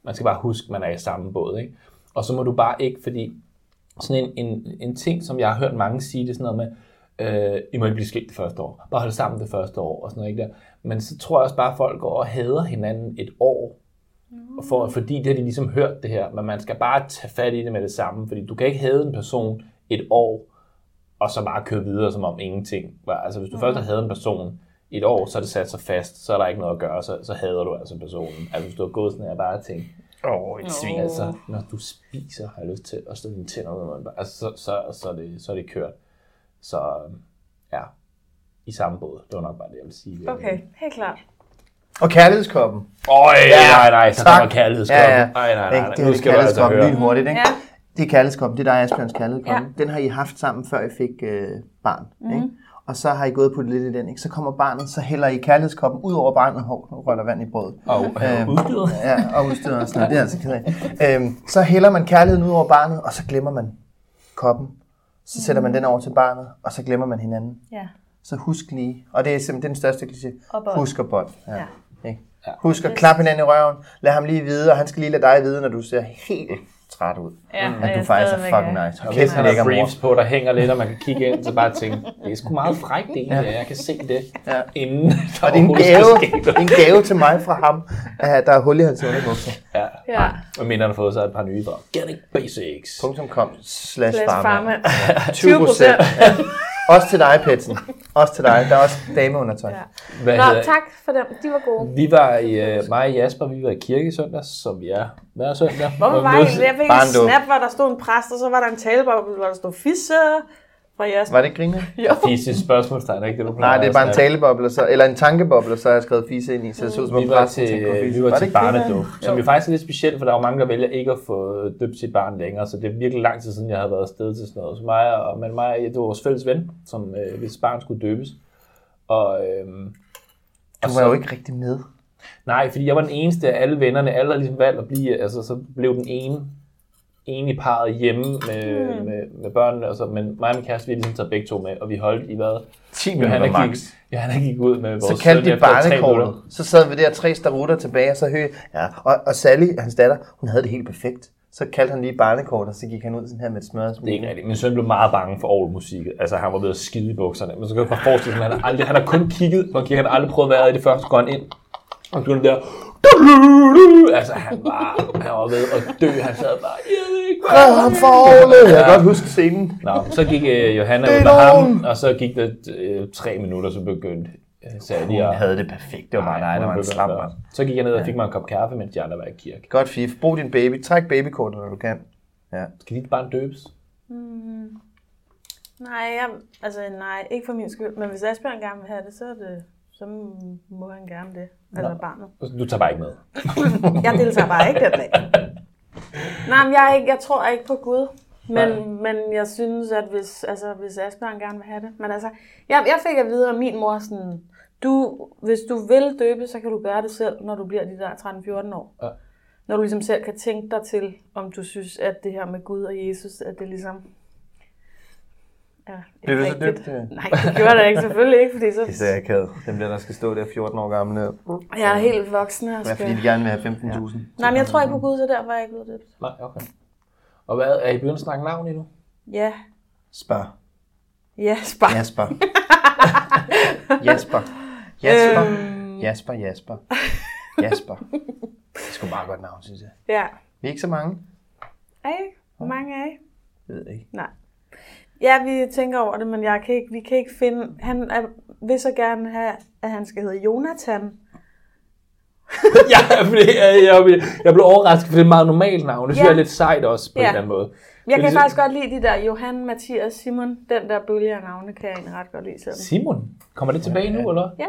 D: man skal bare huske, man er i samme båd, ikke? Og så må du bare ikke, fordi sådan en, en, en ting, som jeg har hørt mange sige, det er sådan noget med, øh, I må ikke blive skilt det første år, bare holde sammen det første år, og sådan noget, ikke der? Men så tror jeg også bare, at folk går og hader hinanden et år, og for, fordi det har de ligesom hørt det her, men man skal bare tage fat i det med det samme, fordi du kan ikke hade en person et år, og så bare køre videre som om ingenting. var. Altså hvis du først har hadet en person i et år, så er det sat sig fast, så er der ikke noget at gøre, så, så hader du altså personen. Altså hvis du har gået sådan her bare og tænkt,
B: Åh, oh, et
D: svin. Altså, når du spiser, har jeg lyst til at stå dine tænder ud af munden. Altså, så, så, så, er det, så er det kørt. Så øhm, ja, i samme båd. Det var nok bare det, jeg ville sige.
C: Okay, helt klart.
B: Og kærlighedskoppen.
D: Øj,
B: Ja,
D: nej, nej, så
B: tak.
D: der var kærlighedskoppen.
B: Ja,
D: Ja,
B: ja.
D: ja. Ej, nej, nej,
B: Ikke?
D: nej.
B: Det er
D: Nu
B: jo
D: skal du altså
B: kærlighedskoppen
D: høre.
B: lige hurtigt, ikke?
C: Ja.
B: Det er kærlighedskoppen. Det er dig, Asbjørns kærlighedskoppen. Den har I haft sammen, før I fik øh, barn. Ikke? Og så har I gået på det lidt i den, ikke? Så kommer barnet, så hælder I kærlighedskoppen ud over barnet, hov, nu røller vand i brødet.
D: Og øh, udstyret.
B: Ja, og udstyret og sådan noget. Det er altså ked af. Øhm, så hælder man kærligheden ud over barnet, og så glemmer man koppen. Så sætter man den over til barnet, og så glemmer man hinanden.
C: Ja.
B: Så husk lige, og det er simpelthen den største kliché,
C: Og bånd.
B: husk og bånd. Ja.
C: Ja.
B: Ikke? Husk at klappe hinanden i røven, lad ham lige vide, og han skal lige lade dig vide, når du ser helt træt ud.
C: Mm. Ja, og
B: at du
C: jeg
B: faktisk er
C: stadigvæk
B: fucking
C: er.
B: nice. Hold
D: Og
B: kæft,
D: hvis
B: han
D: han har
B: lækker mor.
D: briefs på, der hænger lidt, og man kan kigge ind, så bare tænke, det er sgu meget frækt egentlig, ja. jeg kan se det, ja. inden der
B: Og det er en
D: overhovedet
B: gave,
D: skal ske
B: det er en gave til mig fra ham, at der er hul i hans underbukser.
D: Ja.
C: Ja.
D: Og mindre, han har fået sig et par nye drag. Getting Basics.
B: Punktum com slash
C: Glas
B: farma.
C: farma.
B: 20 procent. Også til dig, Petsen. Også til dig. Der er også dameundertøj. Ja.
C: Ja.
D: Hvad
C: Nå,
D: hedder-
C: tak for dem. De var gode.
D: Vi var i, øh, mig og Jasper, vi var i kirke i søndags, som vi er hver søndag.
C: Hvorfor
D: Og
C: var
D: mødes-
C: det? Jeg fik en
B: Barndåb.
C: snap, hvor der stod en præst, og så var der en taleboble, hvor der stod fisse fra jeres.
B: Var det griner?
C: Jo.
D: Fisse spørgsmålstegn, er ikke det, du plejer
B: Nej, det er
D: at
B: bare en
D: snakke?
B: taleboble, så, eller en tankeboble, så har jeg skrevet fise ind i, så det så ud som om
D: Vi var
B: præsten
D: til,
B: tænkte på
D: øh,
B: fise.
D: vi var til
B: det ikke grineren?
D: barnedåb, som jo faktisk er lidt specielt, for der er jo mange, der vælger ikke at få døbt sit barn længere, så det er virkelig lang tid siden, jeg havde været afsted til sådan noget. Så mig og, men mig, og- det var vores fælles ven, som øh, hvis barn skulle døbes. Og, øhm,
B: Du var jo ikke rigtig med.
D: Nej, fordi jeg var den eneste af alle vennerne, alle havde ligesom valgt at blive, altså så blev den ene ene i parret hjemme med,
B: Hmm.
D: mm. med, med børnene, og så, men mig og min kæreste, vi havde ligesom taget begge to med, og vi holdt i hvad?
B: 10
D: Johanna
B: minutter max.
D: gik, Johanna gik ud med vores
B: Så kaldte
D: søn
B: de
D: efter tre
B: barnekrogen.
D: minutter.
B: Så sad vi der tre starutter tilbage, og så hø. Ja. Og, og Sally, hans datter, hun havde det helt perfekt. Så kaldte han lige barnekort, og så gik han ud sådan her med et smør.
D: Det er ikke rigtigt. Min søn blev meget bange for orgelmusik. Altså, han var ved at skide i bukserne. Men så kan du bare forestille sig, at han har, aldrig, han har kun kigget på en kirke. Han har aldrig prøvet at være i det første grøn ind. Og så der... Altså, han var, han var ved at dø. Han sad bare... Jeg ved ikke, hvad
B: Red ham for Ole! Jeg kan godt huske scenen.
D: Nå, så gik øh, Johanna ud
B: Det er
D: med ham,
B: nogen.
D: og så gik der øh, tre minutter, så begyndte øh, Sally
B: Hun
D: at...
B: havde det perfekt. Det var bare dig, der var en slap, mand.
D: Så gik jeg ned og fik mig en kop kaffe, mens de andre var i kirke.
B: Godt fif. Brug din baby. Træk babykortet, når du kan. Ja.
D: Skal dit barn døbes?
C: Nej, jeg, altså nej, ikke for min skyld. Men hvis Asbjørn gerne vil have det, så, er det, så må han gerne det. Altså barnet.
D: Du tager bare ikke med.
C: Jeg deltager bare ikke den dag. Nej, men jeg, er ikke, jeg tror ikke på Gud. Men, men jeg synes, at hvis, altså, hvis Asbjørn gerne vil have det. Men altså, jeg, jeg fik at vide af min mor sådan, du, hvis du vil døbe, så kan du gøre det selv, når du bliver de der 13-14 år.
D: Ja.
C: Når du ligesom selv kan tænke dig til, om du synes, at det her med Gud og Jesus, at det ligesom er
B: Blev du
C: ikke
B: så
C: rigtigt.
B: døbt, øh?
C: Nej, det gjorde det ikke, selvfølgelig ikke, fordi
B: Det
C: så
B: er akavet. Dem der, der skal stå der 14 år gamle.
C: jeg er helt voksen og
B: Ja, fordi
C: skal...
B: de gerne vil have 15.000.
C: Nej, men jeg tror ikke på Gud, så derfor er jeg ikke blevet døbt.
D: Nej, okay. Og hvad, er I begyndt at snakke navn endnu?
C: Ja,
B: Spørg.
C: ja, spar.
B: Jasper. Jasper. Jasper.
C: Øhm.
B: Jasper, Jasper. Jasper. Det er sgu meget godt navn, synes jeg.
C: Ja.
B: Vi er ikke så mange.
C: Er I? Hvor mange er I?
B: Jeg ved ikke.
C: Nej. Ja, vi tænker over det, men jeg kan ikke, vi kan ikke finde... Han er, vil så gerne have, at han skal hedde Jonathan.
D: ja, fordi jeg, jeg, jeg blev overrasket, for det er et meget normalt navn. Det synes
C: Ja.
D: jeg er lidt sejt også, på ja.
C: Ja.
D: en eller anden måde.
C: Jeg kan
D: Fordi-
C: faktisk godt lide de der Johan, Mathias, Simon. Den der bølge af navne kan jeg egentlig ret godt lide selv.
D: Simon, kommer det tilbage nu, eller?
C: Ja,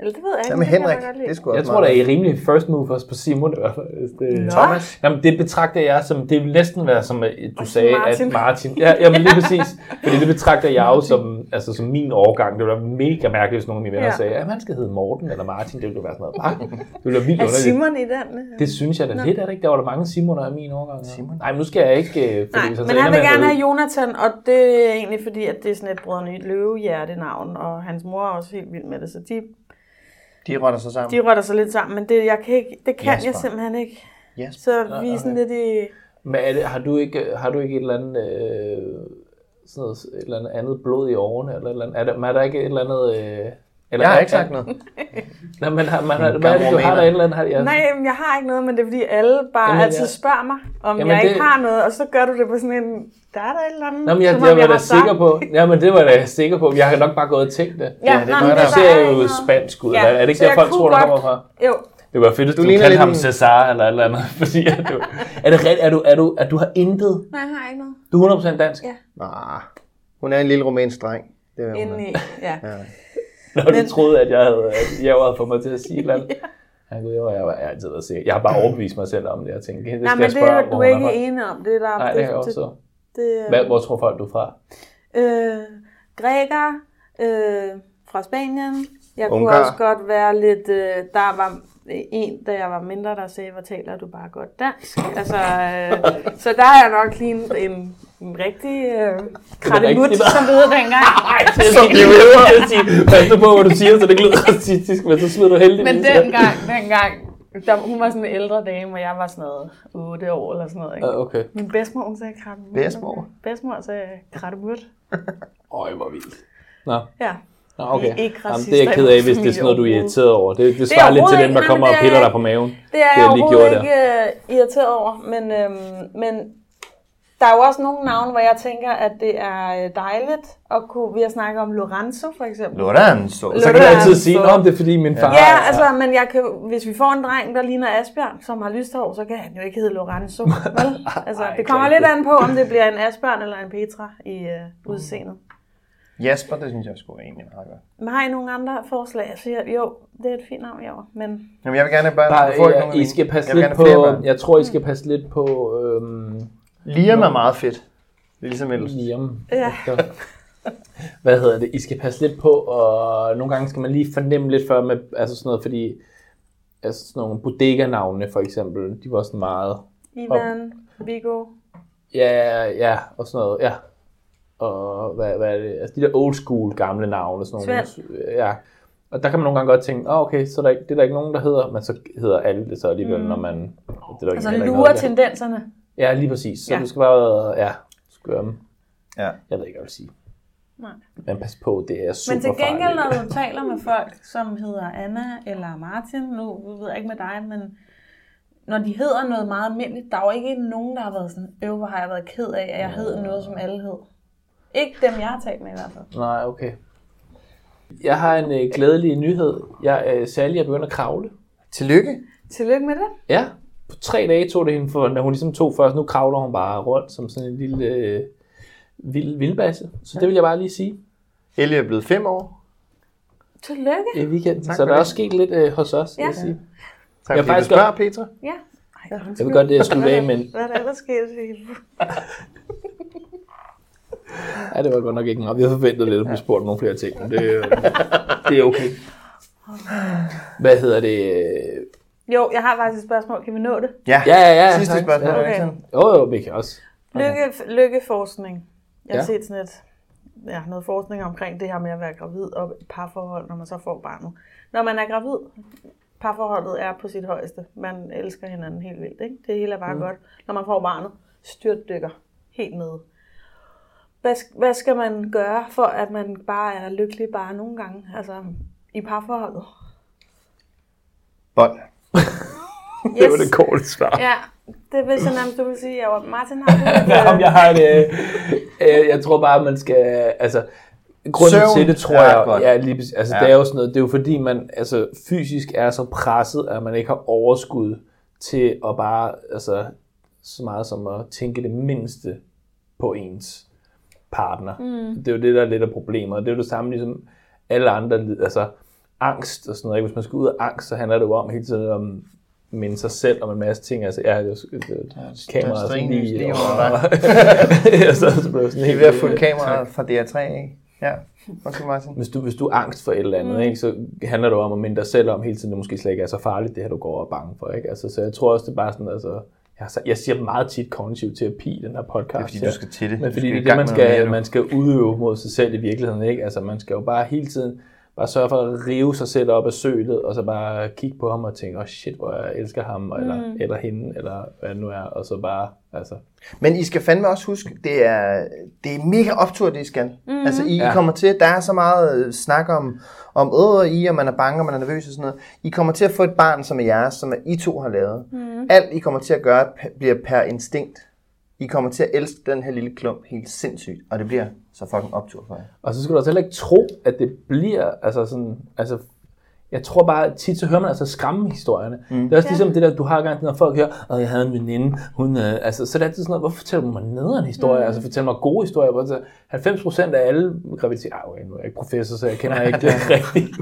C: eller det ved jeg ikke.
B: Jamen
C: men
B: Henrik,
C: det kan jeg godt
B: det er
C: lide.
B: sgu også
D: Jeg tror, der
B: meget.
D: er rimelig first movers på Simon i hvert fald. hvis Det...
B: Thomas.
D: Jamen, det betragter jeg som, det vil næsten være som, øh, du sagde,
C: Martin.
D: at Martin... Ja, jamen lige præcis. Fordi det betragter jeg jo som, altså, som min årgang. Det ville være mega mærkeligt, hvis nogen af mine venner ja.
C: Ja.
D: sagde, at man skal hedde Morten eller Martin. Det ville jo være sådan noget. "Ah, Det ville være vildt
C: Er
D: underligt.
C: Simon i den? øh?
D: Det synes jeg da lidt, er det ikke? Der var der mange Simoner i min årgang. ja.
B: Simon.
D: Nej, men nu skal jeg ikke... øh, Fordi
C: Nej,
D: hvis så
C: men
D: ender
C: han
D: med
C: vil
D: at
C: gerne
D: hedde-
C: have Jonathan, og det er egentlig fordi, at det er sådan et brødrene løvehjerte-navn, og hans mor er også helt vild med det, så de,
B: De rotter sig sammen.
C: de rotter sig lidt sammen, men det, jeg kan ikke, det kan jeg
B: Jasper.
C: simpelthen ikke.
B: Jasper.
C: Så vi er sådan lidt i...
D: Men er det, har, du ikke, har du ikke et eller andet, øh, sådan noget, et eller andet, andet blod i årene? Eller et eller andet, er, der, men er der ikke et eller andet... Øh, eller,
B: Jeg har ikke
D: er-
B: sagt noget.
D: Nej, men har, man, har,
B: En
D: hvad er det, du
B: gammel
D: har der
B: romaner.
D: et eller andet? Har, ja.
C: Nej, jamen, jeg har ikke noget, men det er fordi alle bare
D: Jamen,
C: jamen, altid
D: jeg-
C: spørger mig, om
D: Jamen,
C: jeg
D: det-
C: ikke har noget, og så gør du det på sådan en, der er der et eller andet.
D: Nå, men jeg,
C: som om
D: jeg, var
C: har
D: da
C: sagt.
D: sikker på, ja, men det var jeg da sikker på. Jeg har nok bare gået og tænkt det.
C: Ja,
B: Ja,
C: ja
B: det
C: det, nå,
B: er
C: men
B: noget,
C: det
B: der-
C: var
D: Du ser
C: ikke
D: jo
C: noget.
D: spansk ud.
C: Ja.
D: Ja. Er det ikke
C: Så
D: der,
C: jeg
D: folk
C: kunne
D: tror, du kommer
C: godt-
D: fra?
C: Jo,
D: Det var fedt, hvis
B: Du
D: du, du
B: ligner
D: kaldte
B: lidt
D: ham
B: en-
D: Cesar eller et eller andet. Fordi, at du, er det rigtigt, at du, er du, at du har intet?
C: nej, jeg har ikke noget
D: Du er 100% dansk?
C: Ja.
B: Nah, hun er en lille rumænsk dreng. Det er hun.
C: indeni. Ja.
D: når du
C: Men-
D: troede, at jeg havde, at jeg havde fået mig til at sige et eller andet. Mm. Ja, gud, jeg, var, jeg, var, jeg er altid været sikker. Jeg har bare overbevist mig selv om det. Jeg tænkte, hende, det
C: Nej,
D: skal
C: men
D: jeg
C: det
D: spørge
C: er
D: om,
C: du
D: hvor
C: er
D: hun er
C: ikke
D: fra.
C: enig om. Det er der,
D: Nej, det kan jeg også.
C: det, det,
D: Hvad, hvor tror folk, du er fra?
C: Øh, græker øh, fra Spanien. Jeg Ungar. kunne
B: Ungar.
C: også godt være lidt... Øh, der var en, da jeg var mindre, der sagde, hvor taler du bare godt dansk? Altså, øh, så der er jeg nok lige en, en, en rigtig øh, krattemut,
D: rigtig-
C: som det hed dengang.
D: Nej, det er som de øver. Pas nu på, hvad du siger, så det ikke lyder racistisk, men så smider du heldigvis.
C: Men dengang, dengang, der, hun var sådan en ældre dame, og jeg var sådan noget 8 år eller sådan noget. Ikke?
D: Ja, okay.
C: Min bedsmor, hun sagde krattemut.
B: Bedsmor?
C: Bedsmor sagde krattemut.
D: Øj, hvor vildt. Nå,
C: Ja.
D: Nå, okay.
C: Vi er ikke
D: Jamen, det er jeg ked af, hvis det er sådan noget, du er
C: racister i vores familie
D: irriteret over. Det, det svarer lidt til
C: overhovedet
D: dem, der
C: ikke-
D: kommer
C: nej, men
D: og
C: det
D: piller
C: er-
D: dig på maven.
C: Det er
D: Det, jeg
C: jeg
D: lige
C: overhovedet
D: gjorde
C: ikke øh, irriteret over, men, øhm, men der er jo også nogle navne, hvor jeg tænker, at det er øh, dejligt at kunne, vi har snakket om Lorenzo for eksempel.
B: Lorenzo.
D: Så kan
C: Lå
D: du
C: der
D: altid
C: altså-
D: sige, om det er fordi min far...
C: Ja, altså, men jeg kan, hvis vi får en dreng, der ligner Asbjørn, som har lyst hår, så kan han jo ikke hedde Lorenzo, vel? Altså,
D: Ej,
C: det kommer
D: det er
C: lidt an på, om det bliver en Asbjørn eller en Petra i øh, udseendet.
B: Jasper, det synes jeg skulle egentlig er meget godt.
C: Men har I nogle andre forslag? Altså, jeg, jo, det er et fint navn i år, men
B: Jamen, jeg vil gerne have børn.
D: Bare,
B: Jeg får ikke nogen af
D: ja, I
B: mine.
D: skal passe
B: jeg vil
D: lidt
B: gerne have flere
D: på...
B: børn.
D: Jeg tror, I skal
C: Mm.
D: passe lidt på... Øhm,
B: Liam er meget fedt. Det er ligesom ellers.
D: Liam.
C: Ja.
D: efter- Hvad hedder det? I skal passe lidt på, og nogle gange skal man lige fornemme lidt før med, altså sådan noget, fordi altså sådan nogle bodega-navne for eksempel, de var sådan meget,
C: Ivan, Viggo,
D: ja, ja, og sådan noget, ja. Og hvad, hvad er det? Altså de der old school gamle navne, sådan nogle, ja. Og der kan man nogle gange godt tænke, oh, okay, så er der ikke, det er der ikke nogen, der hedder, men så hedder alle det så alligevel, mm. når man... Det er der ikke,
C: altså
D: heller ikke
C: lurer
D: noget, der-
C: tendenserne.
D: Ja, lige præcis. Så ja.
C: Ja.
D: du skal bare, ja, du skal gøre dem.
B: Ja.
D: Jeg ved ikke, hvad jeg vil sige.
C: Nej.
D: Men pas på, det er super
C: Men til gengæld,
D: farligt.
C: når du taler med folk, som hedder Anna eller Martin, nu ved jeg ikke med dig, men når de hedder noget meget almindeligt, der er jo ikke nogen, der har været sådan, øv, hvor har jeg været ked af, at jeg hed noget, som alle hed. Ikke dem, jeg har talt med i hvert fald.
D: Nej, okay. Jeg har en øh, glædelig nyhed. Jeg, øh, Sally er begyndt at kravle.
B: Tillykke.
C: Tillykke med det.
D: Ja, på tre dage tog det hende, for, da hun ligesom tog først. Nu kravler hun bare rundt som sådan en lille øh, vild, vildbasse. Så det vil jeg bare lige sige
B: Ellie er blevet fem år.
C: Tillykke.
D: i weekenden.
B: Tak
D: så
B: for
D: der er
B: det.
D: også sket lidt øh, hos os, ja. vil
C: Ja.
D: jeg sige.
B: Tak
D: Jeg
B: fordi
D: faktisk
B: du spørger, Petra.
C: Ja. Ej,
D: Jeg vil godt øh, slutte af med en...
C: Hvad er der ellers sket?
D: Ja, det var godt nok ikke en Vi havde forventet lidt at blive spurgt om nogle flere ting, men det, øh, det er okay. Hvad hedder det?
C: Jo, jeg har faktisk et spørgsmål. Kan vi nå det?
D: Ja, ja, ja.
B: Sidste
D: tak.
B: spørgsmål.
D: Ja.
C: Okay.
B: Okay.
D: Jo, jo, vi kan også.
C: Lykke, lykkeforskning. Jeg har
D: Ja.
C: ja. set sådan et, ja, noget forskning omkring det her med at være gravid og parforhold, når man så får barnet. Når man er gravid, parforholdet er på sit højeste. Man elsker hinanden helt vildt. Ikke? Det hele er bare mm. godt. Når man får barnet, styrtdykker helt ned. Hvad, sk- hvad skal man gøre, for at man bare er lykkelig bare nogle gange? Altså, i parforholdet.
B: Bånd.
C: Yes. det var det
D: korte svar.
C: Ja, det vidste jeg nærmest, du ville sige. Jeg var, Martin, har du...
D: Ja, om jeg har det. Øh, jeg tror bare, man skal... Altså, grunden
B: Søvn
D: til det, tror
B: er
D: jeg,
B: godt.
D: ja, lige, præcis. altså, ja.
B: Ja.
D: det er jo sådan noget, det er jo fordi, man altså, fysisk er så presset, at man ikke har overskud til at bare, altså, så meget som at tænke det mindste på ens partner. Mm. Det er jo det, der er lidt af problemet. Det er jo det samme, ligesom alle andre, lid- altså, angst og sådan noget. Ikke? Hvis man skal ud af angst, så handler det jo om hele tiden om minde sig selv om en masse ting. Altså, ja, det er jo- det er jo et kamera,
B: der er
D: sådan
B: stringlys
D: lige
B: lige under dig.
D: jeg sad så blev jeg sådan
B: Det er
D: helt...
B: ved at fulde kamera fra DR3, ikke? Ja. Undskyld, Martin.
D: Hvis du, hvis du er angst for et eller andet, mm. ikke, så handler det jo om at minde dig selv om hele tiden, det måske slet ikke er så farligt, det her du går og er bange for. Ikke? Altså, så jeg tror også, det er bare sådan, altså, jeg, så- jeg siger meget tit kognitiv terapi i den her podcast. Det er
B: fordi, du skal til det.
D: Men
B: Du skal
D: fordi det
B: i
D: er det,
B: gang
D: man
B: med noget mere
D: skal,
B: nu.
D: man skal udøve mod sig selv i virkeligheden. Ikke? Altså, man skal jo bare hele tiden bare sørge for at rive sig selv op af sølet, og så bare kigge på ham og tænke, åh oh, shit, hvor jeg elsker ham, eller, mm. eller hende, eller hvad det nu er, og så bare, altså,
B: Men I skal fandme også huske, det er, det er mega optur, det I skal. Mm-hmm. Altså, I ja. kommer til, der er så meget øh, snak om, om æder i, og man er bange, og man er nervøs og sådan noget. I kommer til at få et barn, som er jeres, som er I to har lavet. Mm-hmm. Alt, I kommer til at gøre, p- bliver per instinkt. I kommer til at elske den her lille klump helt sindssygt, og det bliver så fucking optur for jer.
D: Og så skal du også heller ikke tro, at det bliver, altså sådan, altså, Jeg tror bare, at tit så hører man altså skræmme historierne. Mm. Det er også ligesom det der, du har gang, når folk hører, at jeg havde en veninde, hun, øh, altså, så er det altid sådan noget, hvorfor fortæller du mig nederen historie? Mm. Altså fortæl mig gode historier. Hvor, altså, 90% af alle graviditeter, ah, okay, nu er jeg ikke professor, så jeg kender ikke det rigtig,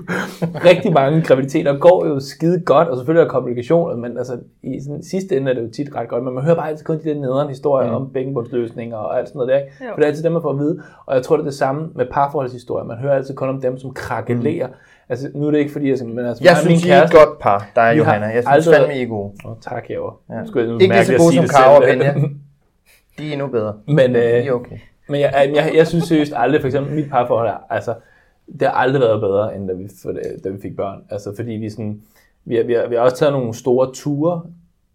D: rigtig mange graviditeter, går jo skide godt, og selvfølgelig er der komplikationer, men altså, i sådan, sidste ende er det jo tit ret godt, men man hører bare altid kun de der nederen historier mm. om bækkenbundsløsninger og alt sådan noget der. Ikke?
C: Jo.
D: For det er altid dem, man får at vide, og jeg tror, det er det samme med parforholdshistorier. Man hører altid kun om dem, som krakelerer. Mm. Altså, nu er det ikke fordi, jeg, men altså,
B: Jeg
D: mig og
B: synes, I er et godt par, der er
D: Vi har
B: Johanna. Jeg synes
D: aldrig-
B: fandme, I er gode.
D: Åh, oh, tak, Javer. Ja. Skulle jeg nu
B: Ikke lige
D: mærke,
B: så
D: at jeg
B: gode
D: siger
B: som
D: det
B: Karo og
D: selv.
B: Benja. De er endnu bedre.
D: Men,
B: De er
D: øh,
B: okay.
D: men jeg, jeg, jeg, jeg synes seriøst aldrig, for eksempel mit parforhold, er- altså, det har aldrig været bedre, end da vi, for, da vi fik børn. Altså, fordi vi, sådan, vi, har, vi, har, vi har også taget nogle store ture,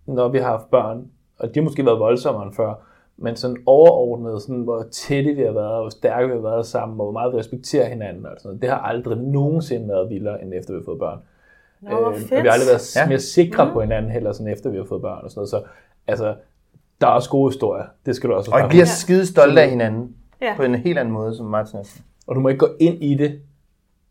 D: når vi har haft børn, og de har måske været voldsommere end før, men sådan overordnet, sådan, hvor tætte vi har været, og hvor stærke vi har været sammen, og hvor meget vi respekterer hinanden, og sådan noget, det har aldrig nogensinde været vildere, end efter vi har fået børn.
C: Nå,
D: Øh,
C: hvor
D: og vi
C: fedt. Mm.
D: har aldrig været
B: Ja.
D: ja. mere sikre på hinanden heller, sådan efter vi har fået børn og sådan noget. Så altså, der er også gode historier. Det skal du også
B: Og I
D: snakke
B: bliver
D: om.
B: skide stolte af hinanden.
C: Ja.
B: På en helt anden måde, som Martin er.
D: Og du må ikke gå ind i det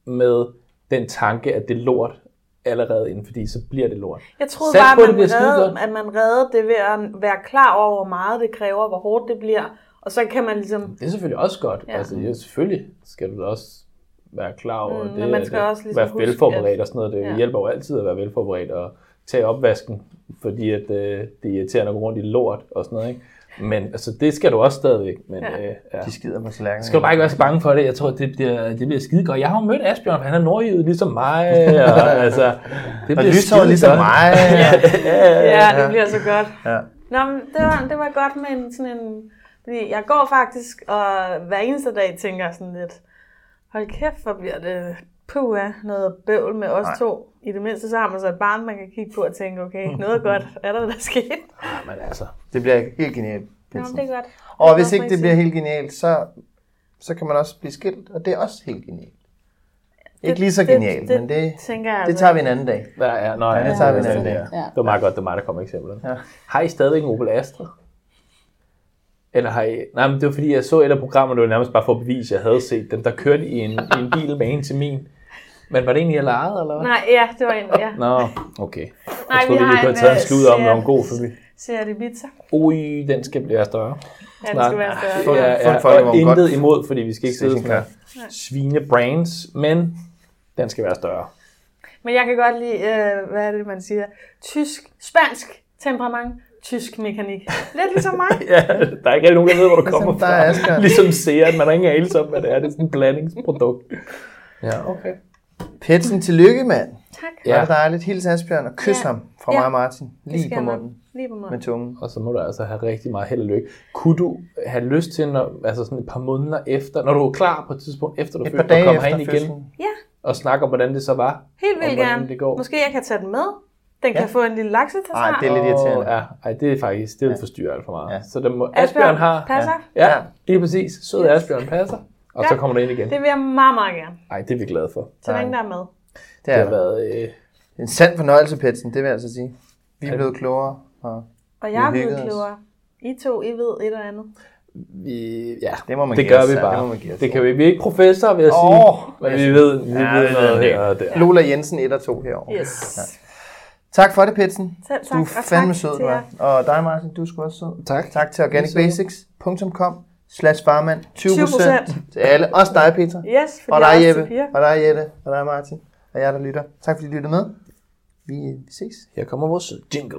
D: med den tanke, at det er lort allerede inden, fordi så bliver det lort.
C: Jeg troede
D: Sats
C: bare,
D: på,
C: at
D: det
C: man,
D: bliver skidegodt.
C: redde, at man redder det ved at være klar over, hvor meget det kræver, hvor hårdt det bliver. Og så kan man ligesom...
D: Det er selvfølgelig også godt. Ja.
C: Ja.
D: Altså, ja, selvfølgelig skal du da også være klar over
C: Mm,
D: det.
C: men man
D: at
C: skal
D: det-
C: også ligesom
D: være
C: huske,
D: velforberedt
C: at-
D: og sådan noget. Det ja.
C: Ja.
D: hjælper jo altid at være velforberedt og tage opvasken, fordi at, øh, det er irriterende at gå rundt i lort og sådan noget. Ikke? Men altså, det skal du også stadigvæk. Men, ja. Øh, ja.
B: De skider på
D: Jeg skal du
B: tallerkenen.
D: bare ikke være så bange for det. Jeg tror, det bliver, det bliver skide godt. Jeg har jo mødt Asbjørn, for han er nordjyde ligesom mig. Og, altså, det
B: Og lyshåret
D: skide
B: ligesom
D: godt.
B: mig.
C: Ja, det bliver så godt.
B: Ja.
C: Nå, men det var, det var godt med en, sådan en... Fordi jeg går faktisk, og hver eneste dag tænker jeg sådan lidt, hold kæft, hvor bliver det puha, noget bøvl med os
B: Nej.
C: to. I det mindste så har man så et barn, man kan kigge på og tænke, okay, noget godt er der, der er sket.
D: Men altså,
B: Det bliver helt genialt.
C: Nå, men det er godt.
B: Og hvis ikke det bliver helt genialt, så, så kan man også blive skilt, og det er også helt genialt. Ikke lige så
C: det-
B: genialt,
C: det
B: men det,
C: tænker jeg
B: det
C: altså.
B: tager vi en anden dag.
D: der er, nå, ja,
B: det tager vi en anden dag.
D: Det var meget godt, det var mig, der kom med eksemplerne.
B: Ja.
D: Ja. Har I stadigvæk en Opel Astra? Eller har I... Nej, men det var fordi, jeg så et af programmerne, det var nærmest bare for at bevise, at jeg havde set dem. Der kørte i en, i en bil med en til min. Men var det egentlig, jeg lejede, eller hvad?
C: Nej, ja, det var en, ja.
D: Nå, okay.
C: Nej,
D: Jeg troede, vi, vi kunne have taget en
C: øh,
D: slud om, hvor en god familie.
C: Ser det pizza?
D: Ui, den skal blive større.
C: Ja, det skal
D: Nej.
C: være
B: Ah,
D: Få,
C: større.
D: ja,
C: Ja.
B: få en
D: ja, og
B: folkevogn
D: intet
B: godt.
D: imod, fordi vi skal ikke sidde
B: Station
D: sådan og svine brands, men den skal være større.
C: Men jeg kan godt lide, øh, hvad er det, man siger? Tysk, spansk temperament, tysk mekanik. Lidt ligesom mig.
D: Ja, der er ikke rigtig nogen, der ved, hvor du kommer
B: der er
D: fra.
B: Asger.
D: Ligesom Seat, man har ingen anelse om, hvad det er. Det er sådan et blandingsprodukt.
B: Ja, okay. Petsen, tillykke mand.
C: Tak.
B: Ja.
D: Ja.
B: Var det dejligt. Hils Asbjørn og kys
C: Ja.
B: ham fra
C: Ja.
B: mig og Martin.
C: Det
B: Lige
C: skal
B: på
C: man.
B: munden
C: Lige på
B: med
C: munden.
B: tungen.
D: Og så må du altså have rigtig meget held og lykke. Kunne du have lyst til, når, altså sådan et par måneder efter, når du er klar på et tidspunkt, efter du
B: Et
D: født,
B: par
D: at
B: dage
D: komme
B: efter
D: herind igen
B: fødslen.
C: Ja,
D: og snakke om, hvordan det så var?
C: helt
D: Og
C: vildt
D: hvordan
C: gerne.
D: det går.
C: Måske jeg kan tage den med. Den kan få en lille
B: Ej,
C: laksetassar.
B: det er lidt irriterende.
D: Åh, Ja, ej, det er faktisk, det vil forstyrre alt for meget.
B: Ja.
D: Ja. Så der må, Asbjørn har...
C: Passer.
D: Ja,
B: Ja.
D: lige præcis. Søde Asbjørn passer, og
C: Ja.
D: så kommer du ind igen.
C: Det vil jeg meget, meget gerne.
D: Nej, det er vi glade for.
C: Så længe der er med.
B: Det
D: Det
B: er
D: har
B: der.
D: været... Øh,
B: en sand fornøjelse, Petsen, det vil jeg altså sige. Vi er blevet klogere. Og
C: Og jeg er
B: Vi hyggede
C: blevet
B: os.
C: klogere. I to, I ved et og andet.
D: vi, ja,
B: Det må man
D: det
B: give
D: gør
B: os,
D: vi
B: ja,
D: bare.
B: det må man give os.
D: det kan vi, vi er ikke professorer, vil jeg sige.
B: Åh,
D: men vi ved, vi
B: Ja,
D: ved
B: det
D: noget
B: ved jeg.
D: her og der.
B: Lola Jensen 1 og 2 herovre.
C: Yes.
B: Tak for det, Petsen.
C: Selv tak,
B: Du er
C: og tak
B: fandme sød,
C: til
B: du er. Og dig, Martin, du er sgu også sød.
D: Tak.
B: Tak til organicbasics.com slash farmand. 20%
C: 20%.
B: til alle. Også dig, Peter.
C: Yes, fordi
B: Og dig,
C: jeg er også
B: Jeppe.
C: til piger.
B: Og dig, Jette. Og dig, Martin. Og jer, der lytter. Tak fordi I lyttede med. Vi øh, vi ses.
D: Her kommer vores jingle.